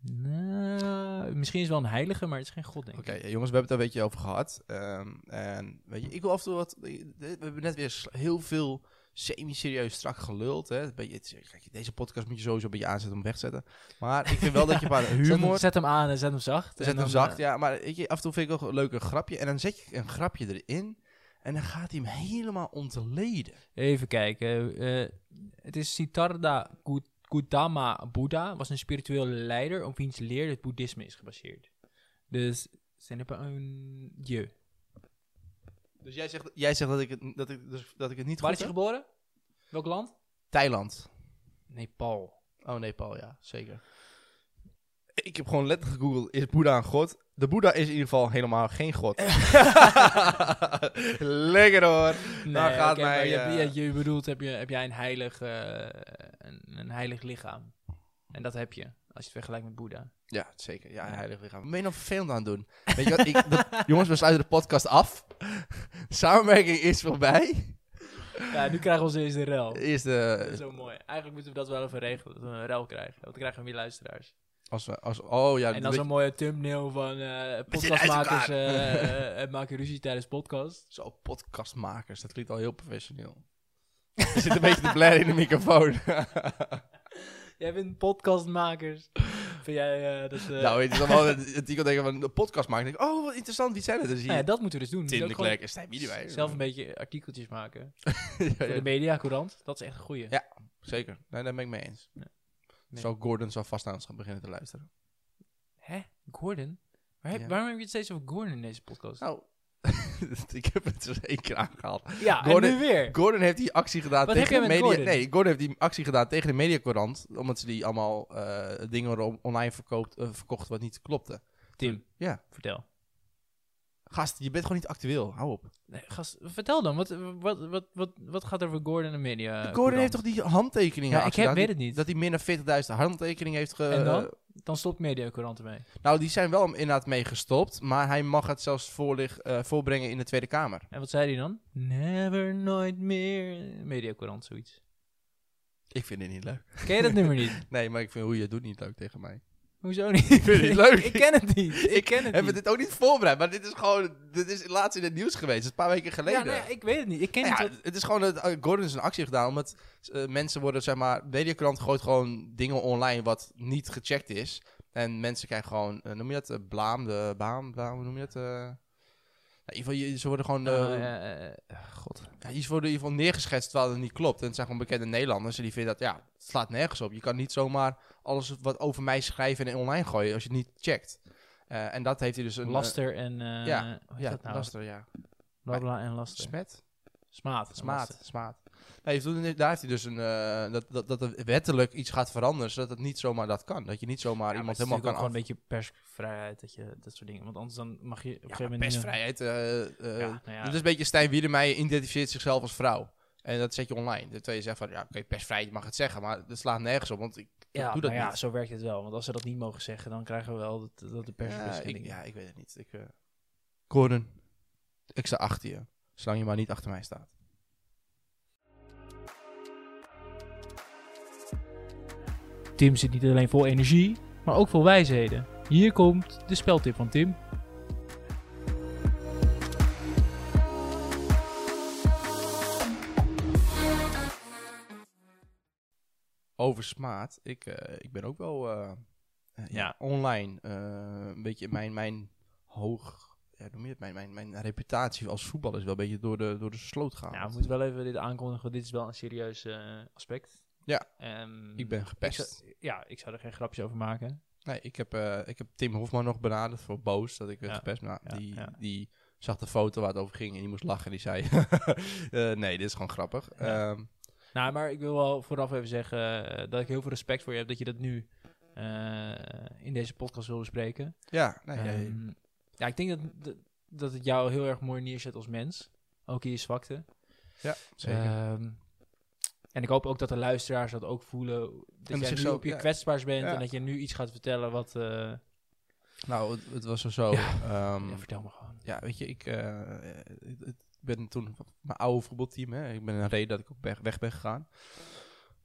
Speaker 2: Nou, misschien is het wel een heilige, maar het is geen god, denk ik.
Speaker 3: Oké, eh, jongens, we hebben het daar een beetje over gehad. Ehm, en weet je, ik wil af en toe wat. We hebben net weer sl- heel veel semi-serieus strak geluld. Hè. Een beetje, het is- kijk, deze podcast moet je sowieso een beetje aanzetten om weg te zetten. Maar ik vind wel dat je een paar
Speaker 2: Zet hem,
Speaker 3: humor.
Speaker 2: zet hem aan en zet hem zacht.
Speaker 3: Zet
Speaker 2: en
Speaker 3: hem
Speaker 2: dan,
Speaker 3: zacht,
Speaker 2: eh,
Speaker 3: ja. Maar weet je, af en toe vind ik ook een leuke grapje. En dan zet je een grapje erin. En dan gaat hij hem helemaal ontleden.
Speaker 2: Even kijken. eh, het is Siddhartha Gaut- Gautama Boeddha. was een spirituele leider op wiens leer het boeddhisme is gebaseerd. Dus, zijn er een... Je.
Speaker 3: Dus jij zegt, jij zegt dus dat, ik het, dat, ik, dat ik het niet
Speaker 2: Waar
Speaker 3: goed
Speaker 2: is hij
Speaker 3: heb?
Speaker 2: geboren? Welk land?
Speaker 3: Thailand.
Speaker 2: Nepal.
Speaker 3: Oh, Nepal, ja, zeker. Ik heb gewoon letterlijk gegoogeld, is Boeddha een god? De Boeddha is in ieder geval helemaal geen god. Lekker hoor. Daar gaat
Speaker 2: oké, maar
Speaker 3: mij,
Speaker 2: Je, hebt-
Speaker 3: eh,
Speaker 2: je, je bedoelt, heb, je, heb jij een heilig, eh, een, een heilig lichaam? En dat heb je, als je het vergelijkt met Boeddha.
Speaker 3: Ja, zeker. Ja, heilig lichaam. Wat ben je nou vervelend aan het doen? Weet je wat, ik, de- jongens, we sluiten de podcast af. Samenwerking is voorbij.
Speaker 2: Ja, nu krijgen we onze eerste rel.
Speaker 3: Eerst
Speaker 2: Dat is
Speaker 3: de...
Speaker 2: zo mooi. Eigenlijk moeten we dat wel even regelen, dat we een rel krijgen. Want dan krijgen we meer luisteraars.
Speaker 3: Als we, als, oh ja,
Speaker 2: en dan
Speaker 3: weet-
Speaker 2: zo'n mooie thumbnail van eh
Speaker 3: zitten uit elkaar.
Speaker 2: podcastmakers eh, eh, eh, maken ruzie tijdens podcast.
Speaker 3: zo podcastmakers. Dat klinkt al heel professioneel. Er zit een beetje te blaren in de microfoon.
Speaker 2: Jij bent podcastmakers. Vind jij eh, dat... eh,
Speaker 3: nou, weet je, dan wel dat dat ik al denken van de podcast maken. Denk ik, oh, wat interessant, wie zijn het? Dus hier,
Speaker 2: nou ja, dat moeten we dus doen.
Speaker 3: Tim
Speaker 2: Dus
Speaker 3: de
Speaker 2: ook gewoon
Speaker 3: Klerk en Stijn Biedermeijer.
Speaker 2: Zelf een beetje artikeltjes maken.
Speaker 3: Ja,
Speaker 2: Voor de
Speaker 3: ja,
Speaker 2: media, courant. Dat is echt een goeie.
Speaker 3: Ja. zeker. Nee, daar ben ik mee eens.
Speaker 2: Ja. Nee.
Speaker 3: Zo Gordon zou vast naar ons gaan beginnen te luisteren.
Speaker 2: Hè? Gordon? Waar heb-
Speaker 3: Ja.
Speaker 2: Waarom heb je het steeds over Gordon in deze podcast?
Speaker 3: Nou, ik heb het er één keer aangehaald.
Speaker 2: ja,
Speaker 3: Gordon-
Speaker 2: en nu weer.
Speaker 3: Gordon heeft die actie gedaan
Speaker 2: Wat
Speaker 3: tegen
Speaker 2: heb jij
Speaker 3: de
Speaker 2: met
Speaker 3: media.
Speaker 2: Gordon?
Speaker 3: Nee, Gordon heeft die actie gedaan tegen de mediacorant. Omdat ze die allemaal eh, dingen on- online verkoopt, eh, verkocht wat niet klopte.
Speaker 2: Tim,
Speaker 3: Ja.
Speaker 2: vertel.
Speaker 3: Gast, je bent gewoon niet actueel. Hou op.
Speaker 2: Nee, gast, vertel dan. Wat, wat, wat, wat, wat gaat er over Gordon en media?
Speaker 3: Gordon
Speaker 2: courant?
Speaker 3: heeft toch die handtekeningen
Speaker 2: Ja, ik
Speaker 3: actie
Speaker 2: heb,
Speaker 3: gedaan?
Speaker 2: weet het niet.
Speaker 3: Dat hij meer dan 40.000 handtekeningen heeft ge...
Speaker 2: En dan? Dan stopt media courant ermee.
Speaker 3: Nou, die zijn wel inderdaad mee gestopt. Maar hij mag het zelfs voorlig, eh, voorbrengen in de Tweede Kamer.
Speaker 2: En wat zei hij dan? Never, nooit meer. Media courant, zoiets.
Speaker 3: Ik vind het niet leuk.
Speaker 2: Ken je dat nummer niet?
Speaker 3: Nee, maar ik vind hoe je het doet niet leuk tegen mij.
Speaker 2: Hoezo niet? Ik
Speaker 3: vind het leuk.
Speaker 2: ik ken het niet. Ik ken het
Speaker 3: Hebben we
Speaker 2: niet.
Speaker 3: dit ook niet voorbereid? Maar dit is gewoon... Dit is laatst in het nieuws geweest. Dat is een paar weken
Speaker 2: Ja,
Speaker 3: geleden.
Speaker 2: nou ja, ik weet het niet. Ik ken
Speaker 3: Nou
Speaker 2: het
Speaker 3: ja,
Speaker 2: wel-
Speaker 3: het is gewoon dat eh, Gordon is een actie gedaan omdat eh, mensen worden, zeg maar, Mediakrant gooit gewoon dingen online wat niet gecheckt is. En mensen krijgen gewoon, eh, noem je dat, eh, blaam, de baam, blaam, hoe noem je dat? eh? Nou, in ieder geval, je- ze worden gewoon, eh,
Speaker 2: Eh, eh, eh, eh, God.
Speaker 3: ja, iets worden in ieder geval neergeschetst terwijl het niet klopt. En het zijn gewoon bekende Nederlanders en die vinden dat, ja, het slaat nergens op. Je kan niet zomaar alles wat over mij schrijven en online gooien als je het niet checkt. Eh, en dat heeft hij dus een... eh,
Speaker 2: Laster en... eh,
Speaker 3: ja,
Speaker 2: hoe heet
Speaker 3: ja,
Speaker 2: dat nou?
Speaker 3: laster, ja.
Speaker 2: Blabla en laster.
Speaker 3: Smet?
Speaker 2: Smaat. en
Speaker 3: Smaat,
Speaker 2: laster.
Speaker 3: smaat. Nee, toen- daar heeft hij dus een, eh, dat, dat, dat er wettelijk iets gaat veranderen, zodat het niet zomaar dat kan. Dat je niet zomaar
Speaker 2: Ja,
Speaker 3: iemand
Speaker 2: maar
Speaker 3: helemaal
Speaker 2: het is
Speaker 3: kan
Speaker 2: natuurlijk ook
Speaker 3: af...
Speaker 2: gewoon een beetje persvrijheid, dat, je, dat soort dingen. Want anders dan mag je op een
Speaker 3: Ja,
Speaker 2: gegeven moment... niet meer-
Speaker 3: persvrijheid. eh, eh,
Speaker 2: Ja, nou ja.
Speaker 3: Dat is een beetje Stijn Wiedemeyer identificeert zichzelf als vrouw. En dat zet je online. Terwijl je zegt van, ja, oké, persvrijheid je mag het zeggen, maar dat slaat nergens op, want ik ik
Speaker 2: Ja,
Speaker 3: doe dat
Speaker 2: maar ja,
Speaker 3: niet.
Speaker 2: zo werkt het wel. Want als ze dat niet mogen zeggen, dan krijgen we wel dat, dat de pers
Speaker 3: Ja,
Speaker 2: ja,
Speaker 3: ik, ja, ik weet het niet. Ik, eh, Gordon, ik sta achter je. Zolang je maar niet achter mij staat.
Speaker 2: Tim zit niet alleen vol energie, maar ook vol wijsheden. Hier komt de speltip van Tim.
Speaker 3: over smaad. Ik, eh, ik ben ook wel eh, eh, ja, online. eh, een beetje mijn, mijn hoog. Ja, noem je het? Mijn, mijn, mijn reputatie als voetballer is wel een beetje door de, door de sloot gehaald.
Speaker 2: Nou, we moeten wel even dit aankondigen, want dit is wel een serieus eh, aspect.
Speaker 3: Ja,
Speaker 2: Ehm,
Speaker 3: ik ben gepest.
Speaker 2: ik zou- ja, ik zou er geen grapjes over maken.
Speaker 3: Nee, ik heb, eh, ik heb Tim Hofman nog benaderd voor boos dat ik werd
Speaker 2: Ja,
Speaker 3: gepest. Maar
Speaker 2: ja,
Speaker 3: die,
Speaker 2: ja.
Speaker 3: die zag de foto waar het over ging en die moest lachen. En die zei: eh, Nee, dit is gewoon grappig.
Speaker 2: Ja.
Speaker 3: Ehm,
Speaker 2: Nou, maar ik wil wel vooraf even zeggen eh, dat ik heel veel respect voor je heb dat je dat nu eh, in deze podcast wil bespreken.
Speaker 3: Ah, ja, nee, nee.
Speaker 2: Ehm, ja, ik denk dat, dat, dat het jou heel erg mooi neerzet als mens. Ook in je zwakte.
Speaker 3: ja, zeker.
Speaker 2: Ehm, en ik hoop ook dat de luisteraars dat ook voelen. Dat
Speaker 3: dat
Speaker 2: jij
Speaker 3: zich
Speaker 2: nu
Speaker 3: zo-
Speaker 2: op je
Speaker 3: ja.
Speaker 2: kwetsbaars bent
Speaker 3: Ja.
Speaker 2: en dat je nu iets gaat vertellen wat... eh,
Speaker 3: nou, het, het was er zo. ehm,
Speaker 2: ja, vertel me gewoon.
Speaker 3: ja, weet je, ik, eh, eh, ik ben toen van mijn oude voetbalteam, hè, ik ben een reden dat ik ook weg- weg ben gegaan.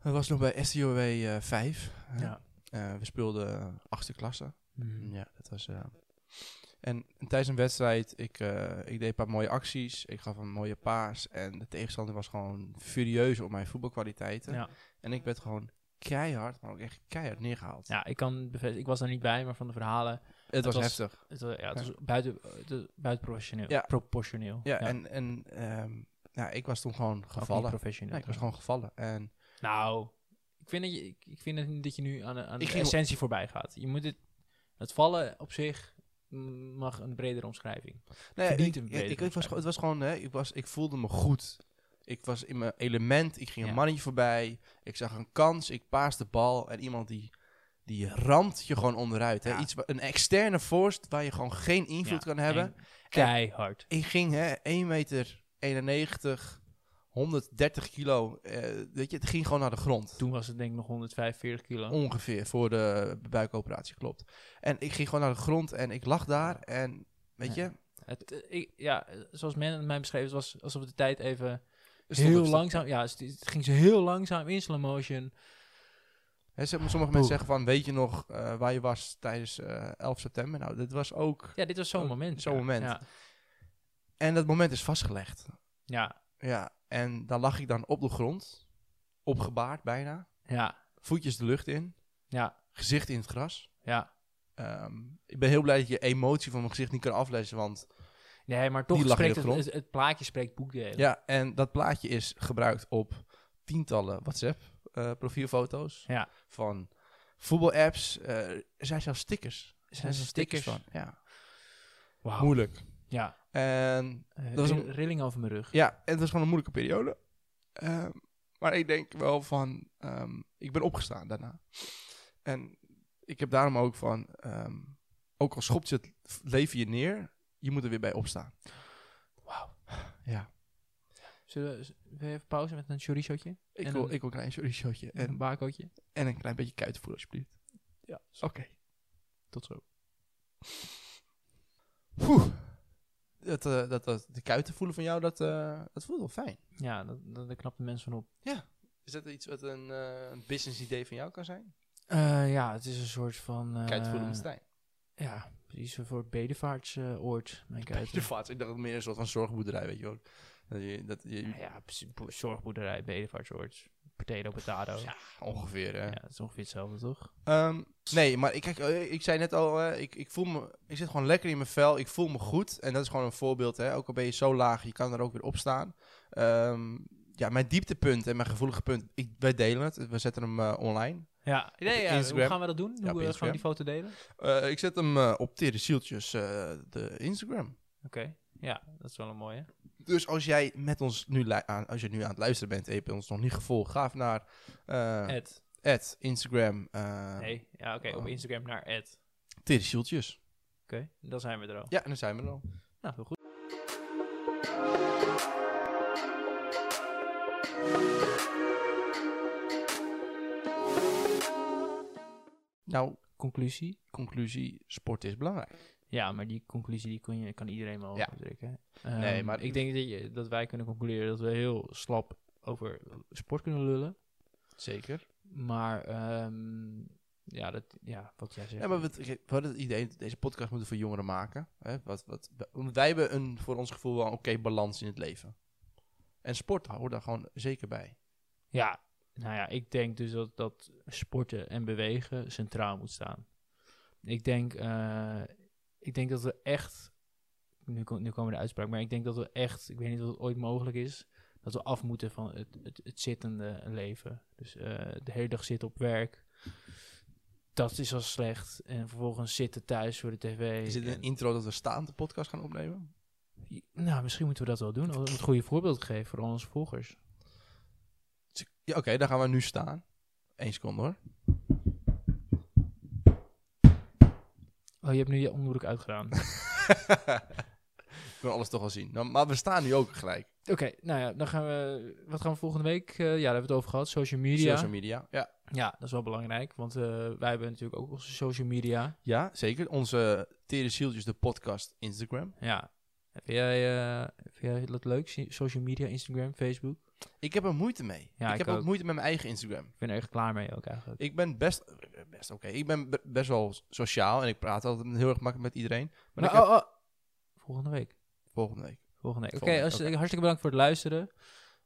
Speaker 3: Dat was nog bij STOW 5. eh, hè.
Speaker 2: Ja. Mm.
Speaker 3: Eh, we speelden achtste klasse. Ja, dat was. eh, en tijdens een wedstrijd, ik, eh, ik deed een paar mooie acties. Ik gaf een mooie paas. En de tegenstander was gewoon furieus op mijn voetbalkwaliteiten.
Speaker 2: Ja.
Speaker 3: En ik werd gewoon keihard, maar ook echt keihard neergehaald.
Speaker 2: ja, ik kan bevestigen. Ik was daar niet bij, maar van de verhalen...
Speaker 3: het was
Speaker 2: was-
Speaker 3: heftig.
Speaker 2: Het, wa- ja, het
Speaker 3: Ja.
Speaker 2: was buiten, het was buiten professioneel.
Speaker 3: Ja.
Speaker 2: Proportioneel.
Speaker 3: Ja, en, en ehm, ja, ik was toen gewoon
Speaker 2: Ook niet
Speaker 3: gevallen.
Speaker 2: professioneel.
Speaker 3: Ja, ik was gewoon gevallen. En
Speaker 2: Nou, ik vind dat je, ik, ik vind dat- dat je nu aan, de- aan
Speaker 3: Ik
Speaker 2: de
Speaker 3: ging-
Speaker 2: essentie voorbij gaat. Je moet het, het vallen op zich mm, mag een bredere omschrijving.
Speaker 3: Nee,
Speaker 2: Verdient
Speaker 3: ik,
Speaker 2: een
Speaker 3: ja, ik,
Speaker 2: betere
Speaker 3: ik was,
Speaker 2: wedstrijd.
Speaker 3: gewoon- het was gewoon, hè, ik, was, ik voelde me goed. Ik was in mijn element. Ik ging
Speaker 2: Ja.
Speaker 3: een mannetje voorbij. Ik zag een kans. Ik paas de bal. En iemand die, die ramt je gewoon onderuit. Hè?
Speaker 2: Ja.
Speaker 3: Iets, wa- een externe force waar je gewoon geen invloed
Speaker 2: Ja,
Speaker 3: kan hebben.
Speaker 2: en Keihard.
Speaker 3: Ik ging hè, 1 meter 91, 130 kilo. eh, weet je, het ging gewoon naar de grond.
Speaker 2: Toen was het denk ik nog 145 kilo.
Speaker 3: Ongeveer voor de buikoperatie, klopt. En ik ging gewoon naar de grond en ik lag daar. En weet je,
Speaker 2: Het, eh, ik, ja, eh, zoals men het mij beschreef, het was alsof de tijd even
Speaker 3: stond
Speaker 2: heel
Speaker 3: er- stond-
Speaker 2: langzaam... Ja, het het ging ze heel langzaam in slow motion.
Speaker 3: Hè, ze- sommige mensen zeggen van, weet je nog eh, waar je was tijdens eh, 11 september? Nou, dat was ook...
Speaker 2: Ja, dit was zo'n
Speaker 3: Zo-
Speaker 2: moment.
Speaker 3: zo'n
Speaker 2: ja.
Speaker 3: moment.
Speaker 2: Ja.
Speaker 3: En dat moment is vastgelegd.
Speaker 2: ja,
Speaker 3: Ja, en daar lag ik dan op de grond. Opgebaard bijna.
Speaker 2: ja,
Speaker 3: Voetjes de lucht in.
Speaker 2: ja,
Speaker 3: Gezicht in het gras.
Speaker 2: ja.
Speaker 3: Ehm, ik ben heel blij dat je emotie van mijn gezicht niet kan aflezen. Want
Speaker 2: Nee, maar toch
Speaker 3: Die lag
Speaker 2: spreekt
Speaker 3: heel
Speaker 2: het,
Speaker 3: grond.
Speaker 2: het, het plaatje spreekt boekdelen.
Speaker 3: ja, en dat plaatje is gebruikt op tientallen WhatsApp-profielfoto's.
Speaker 2: Ja.
Speaker 3: Van voetbalapps. eh, er zijn zelfs stickers. Er zijn zelfs stickers,
Speaker 2: stickers?
Speaker 3: van. Ja.
Speaker 2: Wauw.
Speaker 3: Moeilijk.
Speaker 2: Ja,
Speaker 3: En
Speaker 2: eh,
Speaker 3: Dat was
Speaker 2: ri-
Speaker 3: een-
Speaker 2: rilling over mijn rug.
Speaker 3: ja, en het was gewoon een moeilijke periode. Ehm, maar ik denk wel van. ehm, ik ben opgestaan daarna. En ik heb daarom ook van. ehm, ook al schopt je het leven je neer, je moet er weer bij opstaan.
Speaker 2: Wauw.
Speaker 3: Ja.
Speaker 2: Zullen we, zullen we even pauze met een chorizootje?
Speaker 3: Ik
Speaker 2: En
Speaker 3: wil,
Speaker 2: een-
Speaker 3: ik wil een klein chorizootje
Speaker 2: En een
Speaker 3: en,
Speaker 2: bakootje?
Speaker 3: en een klein beetje kuitenvoer, alsjeblieft.
Speaker 2: Ja,
Speaker 3: Oké.
Speaker 2: tot zo.
Speaker 3: Poeh. Dat, eh, dat, dat, de kuiten voelen van jou, dat, eh, dat voelt wel fijn.
Speaker 2: Ja, dat- dat- daar knapt de mens van op.
Speaker 3: Is dat iets wat een, eh, een business idee van jou kan zijn?
Speaker 2: Eh, ja, het is een soort van... eh,
Speaker 3: Kuitenvoelen met Stijn.
Speaker 2: Ja, precies een soort bedevaartsoord. mijn kuiten.
Speaker 3: De vaart, ik dacht meer een soort van zorgboerderij, weet je wel. Dat je, dat je,
Speaker 2: Nou ja, precies, bo- zorgboerderij, bedevaartsoord. Potato, potato. Ja,
Speaker 3: Ongeveer, hè.
Speaker 2: het is ongeveer hetzelfde, toch?
Speaker 3: Ehm, nee, maar ik, kijk, eh, ik zei net al, eh, ik, ik, voel me, ik zit gewoon lekker in mijn vel. Ik voel me goed. En dat is gewoon een voorbeeld. Hè? Ook al ben je zo laag, je kan er ook weer op staan. Ehm, ja, mijn dieptepunt en mijn gevoelige punt, ik, wij delen het. We zetten hem eh, online.
Speaker 2: Ja, nee, ja hoe
Speaker 3: Instagram.
Speaker 2: gaan we dat doen?
Speaker 3: op
Speaker 2: hoe eh, gaan we
Speaker 3: Instagram.
Speaker 2: die foto delen? Oké,
Speaker 3: Eh, ik zet hem eh, op Tere Zieltjes, eh, de Instagram.
Speaker 2: ja, dat is wel een mooie.
Speaker 3: Dus als jij met ons nu, lu- aan, als je nu aan het luisteren bent en je hebt ons nog niet gevolgd, ga even naar eh
Speaker 2: Ed.
Speaker 3: at Instagram eh
Speaker 2: Nee, ja, oké, op
Speaker 3: oh.
Speaker 2: Instagram naar Ed.
Speaker 3: Tere Zieltjes.
Speaker 2: Oké, dan zijn we er al.
Speaker 3: Ja, en dan zijn we er al.
Speaker 2: Nou, heel goed.
Speaker 3: Nou,
Speaker 2: Conclusie?
Speaker 3: conclusie, sport is belangrijk.
Speaker 2: Ja, maar die conclusie die kon je, kan iedereen wel
Speaker 3: Ja.
Speaker 2: opdrukken.
Speaker 3: Nee,
Speaker 2: Ehm,
Speaker 3: maar-
Speaker 2: Ik denk dat, je, dat wij kunnen concluderen dat we heel slap over sport kunnen lullen.
Speaker 3: Zeker.
Speaker 2: Maar ehm, ja, dat, ja, wat jij zegt.
Speaker 3: Ja, maar we, we hadden het idee, dat deze podcast moeten we voor jongeren maken. Hè? Wat, wat, want wij hebben een, voor ons gevoel wel een oké balans in het leven. En sport houden daar gewoon zeker bij.
Speaker 2: Ja, nou ja, ik denk dus dat, dat sporten en bewegen centraal moet staan. Ik denk, eh, ik denk dat we echt, nu, kom- nu komen de uitspraak, maar ik denk dat we echt, ik weet niet of het ooit mogelijk is, dat we af moeten van het, het, het zittende leven. Dus eh, de hele dag zitten op werk. Dat is al slecht. En vervolgens zitten thuis voor de tv.
Speaker 3: Is dit een
Speaker 2: en-
Speaker 3: intro dat we staand de podcast gaan opnemen?
Speaker 2: nou, misschien moeten we dat wel doen. Om het goede voorbeeld te geven voor al onze volgers.
Speaker 3: Ja, oké, dan gaan we nu staan. Eén seconde hoor.
Speaker 2: Oh, je hebt nu je onderbroek uitgedaan.
Speaker 3: Ik wil alles toch al zien. Nou, maar we staan nu ook gelijk.
Speaker 2: Oké, nou ja, dan gaan we. Wat gaan we volgende week? eh, ja, daar hebben we het over gehad. Social media.
Speaker 3: Social media. Ja.
Speaker 2: Ja, dat is wel belangrijk. Want eh, wij hebben natuurlijk ook onze social media.
Speaker 3: ja, zeker. Onze Tere Zieltjes, de podcast Instagram.
Speaker 2: Ja. Vind jij, eh, vind jij dat leuk? Si- Social media, Instagram, Facebook.
Speaker 3: Ik heb er moeite mee.
Speaker 2: Ja,
Speaker 3: ik,
Speaker 2: ik
Speaker 3: heb ook.
Speaker 2: ook.
Speaker 3: moeite met mijn eigen Instagram.
Speaker 2: Ik ben er echt klaar mee ook eigenlijk.
Speaker 3: Ik ben best, best oké. Ik ben be- best wel sociaal en ik praat altijd heel erg makkelijk met iedereen. Maar ik
Speaker 2: Maar,
Speaker 3: heb-
Speaker 2: oh, oh, Volgende week.
Speaker 3: volgende week.
Speaker 2: Volgende week. Oké,
Speaker 3: Volgende week,
Speaker 2: als-
Speaker 3: oké.
Speaker 2: hartstikke bedankt voor het luisteren.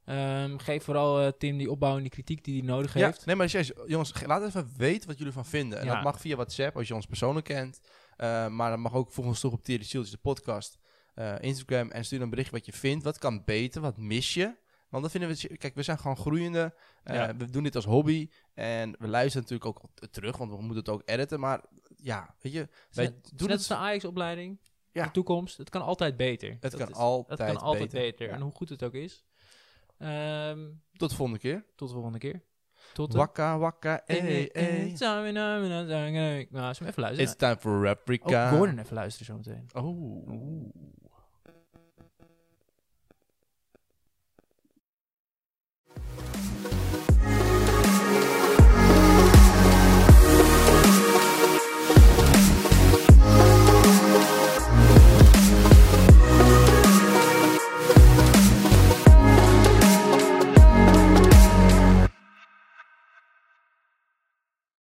Speaker 2: Ehm, geef vooral eh, Tim die opbouw en die kritiek die hij nodig
Speaker 3: Ja,
Speaker 2: heeft.
Speaker 3: nee, maar serieus, jongens, ge- laat even weten wat jullie van vinden. En
Speaker 2: Ja.
Speaker 3: dat mag via WhatsApp als je ons persoonlijk kent. Eh, maar dat mag ook volgens toch op Tere Zieltjes, de podcast, eh, Instagram. En stuur een bericht wat je vindt. Wat kan beter? Wat mis je? Want dat vinden we... Kijk, we zijn gewoon groeiende. Eh,
Speaker 2: Ja.
Speaker 3: We doen dit als hobby. En we luisteren natuurlijk ook t- terug, want we moeten het ook editen. Maar ja, weet je, wij
Speaker 2: Net-
Speaker 3: doen het...
Speaker 2: net als de Ajax-opleiding.
Speaker 3: Ja.
Speaker 2: De toekomst. Het kan altijd beter.
Speaker 3: Het
Speaker 2: Dat
Speaker 3: kan
Speaker 2: is-
Speaker 3: altijd
Speaker 2: Het kan altijd beter.
Speaker 3: Ja.
Speaker 2: En hoe goed het ook is. Eh, Ehm,
Speaker 3: Tot de volgende keer.
Speaker 2: tot de volgende keer. Tot Eh, de...
Speaker 3: Wakka, wakka,
Speaker 2: Hey,
Speaker 3: ey, ey.
Speaker 2: Nou, zullen we even luisteren?
Speaker 3: It's time for
Speaker 2: Oh,
Speaker 3: Replica.
Speaker 2: Gordon even luisteren zometeen.
Speaker 3: Oh.